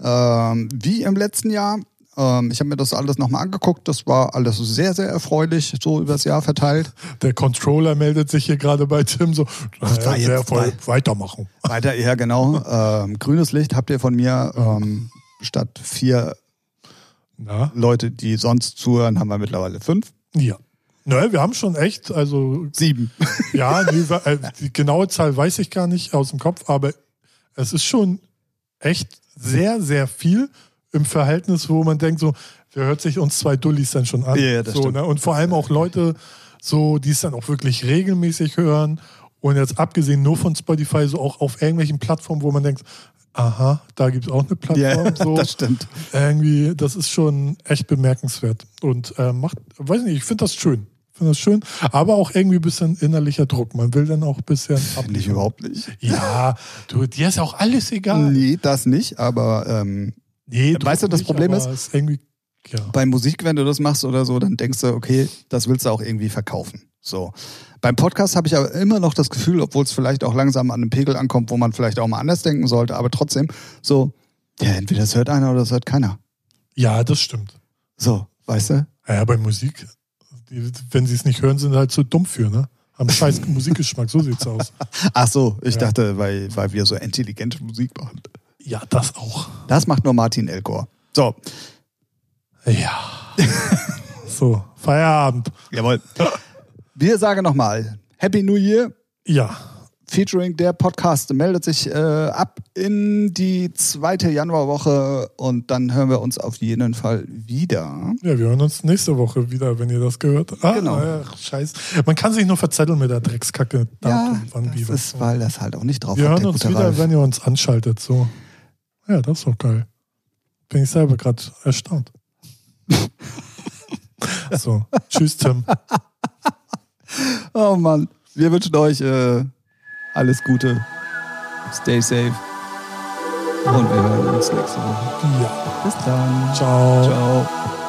[SPEAKER 2] ähm, wie im letzten Jahr. Ähm, ich habe mir das alles nochmal angeguckt. Das war alles sehr, sehr erfreulich, so übers Jahr verteilt.
[SPEAKER 3] Der Controller meldet sich hier gerade bei Tim so,
[SPEAKER 2] Das war
[SPEAKER 3] naja, sehr
[SPEAKER 2] jetzt
[SPEAKER 3] voll
[SPEAKER 2] mal-
[SPEAKER 3] weitermachen.
[SPEAKER 2] Weiter, ja genau. Ähm, grünes Licht habt ihr von mir. Ähm, statt vier
[SPEAKER 3] Na?
[SPEAKER 2] Leute, die sonst zuhören, haben wir mittlerweile fünf.
[SPEAKER 3] Ja. Naja, wir haben schon echt, also
[SPEAKER 2] Sieben.
[SPEAKER 3] ja, nee, wa- äh, die genaue Zahl weiß ich gar nicht aus dem Kopf, aber es ist schon echt sehr, sehr viel im Verhältnis, wo man denkt, so, wer hört sich uns zwei Dullis dann schon an?
[SPEAKER 2] Ja, das
[SPEAKER 3] so,
[SPEAKER 2] stimmt.
[SPEAKER 3] ne? Und vor allem auch Leute, so, die es dann auch wirklich regelmäßig hören und jetzt abgesehen nur von Spotify, so auch auf irgendwelchen Plattformen, wo man denkt, aha, da gibt es auch eine Plattform.
[SPEAKER 2] Ja,
[SPEAKER 3] so
[SPEAKER 2] das stimmt.
[SPEAKER 3] irgendwie, das ist schon echt bemerkenswert. Und äh, macht, weiß nicht, ich finde das schön. Finde das schön, aber auch irgendwie ein bisschen innerlicher Druck. Man will dann auch ein bisschen
[SPEAKER 2] Finde ich
[SPEAKER 3] abliefern.
[SPEAKER 2] überhaupt nicht.
[SPEAKER 3] Ja, du, dir ist auch alles egal.
[SPEAKER 2] Nee, das nicht, aber ähm,
[SPEAKER 3] Nee,
[SPEAKER 2] Weißt du, das Problem
[SPEAKER 3] aber
[SPEAKER 2] ist-
[SPEAKER 3] es irgendwie, ja.
[SPEAKER 2] bei Musik, wenn du das machst oder so, dann denkst du, okay, das willst du auch irgendwie verkaufen. So. Beim Podcast habe ich aber immer noch das Gefühl, obwohl es vielleicht auch langsam an einem Pegel ankommt, wo man vielleicht auch mal anders denken sollte, aber trotzdem so, ja, entweder das hört einer oder das hört keiner.
[SPEAKER 3] ja, das stimmt.
[SPEAKER 2] So, weißt du?
[SPEAKER 3] Ja, bei Musik, die, wenn sie es nicht hören, sind sie halt zu dumm für, ne? Haben scheiß Musikgeschmack, so sieht's aus.
[SPEAKER 2] Ach so, ich
[SPEAKER 3] Ja.
[SPEAKER 2] dachte, weil, weil wir so intelligente Musik machen.
[SPEAKER 3] Ja, das auch.
[SPEAKER 2] Das macht nur Martin Elkor. So,
[SPEAKER 3] Ja. so, Feierabend.
[SPEAKER 2] jawohl. Wir sagen nochmal, Happy New Year.
[SPEAKER 3] Ja.
[SPEAKER 2] Featuring der Podcast meldet sich äh, ab in die zweite Januarwoche und dann hören wir uns auf jeden Fall wieder.
[SPEAKER 3] Ja, wir hören uns nächste Woche wieder, wenn ihr das gehört. habt. Ah,
[SPEAKER 2] Genau.
[SPEAKER 3] Ach, scheiß. Man kann sich nur verzetteln mit der Dreckskacke.
[SPEAKER 2] ja,
[SPEAKER 3] Datum, wann, wie,
[SPEAKER 2] das
[SPEAKER 3] was.
[SPEAKER 2] ist, weil das halt auch nicht drauf
[SPEAKER 3] wir
[SPEAKER 2] hat,
[SPEAKER 3] hören
[SPEAKER 2] der
[SPEAKER 3] uns
[SPEAKER 2] gute
[SPEAKER 3] wieder,
[SPEAKER 2] Ralf.
[SPEAKER 3] wenn ihr uns anschaltet. So. Ja, das ist doch geil. Bin ich selber gerade erstaunt. so, tschüss Tim.
[SPEAKER 2] Oh Mann, wir wünschen euch äh, alles Gute. Stay safe. Und wir hören uns nächste Woche.
[SPEAKER 3] Ja,
[SPEAKER 2] Bis dann.
[SPEAKER 3] ciao.
[SPEAKER 2] Ciao.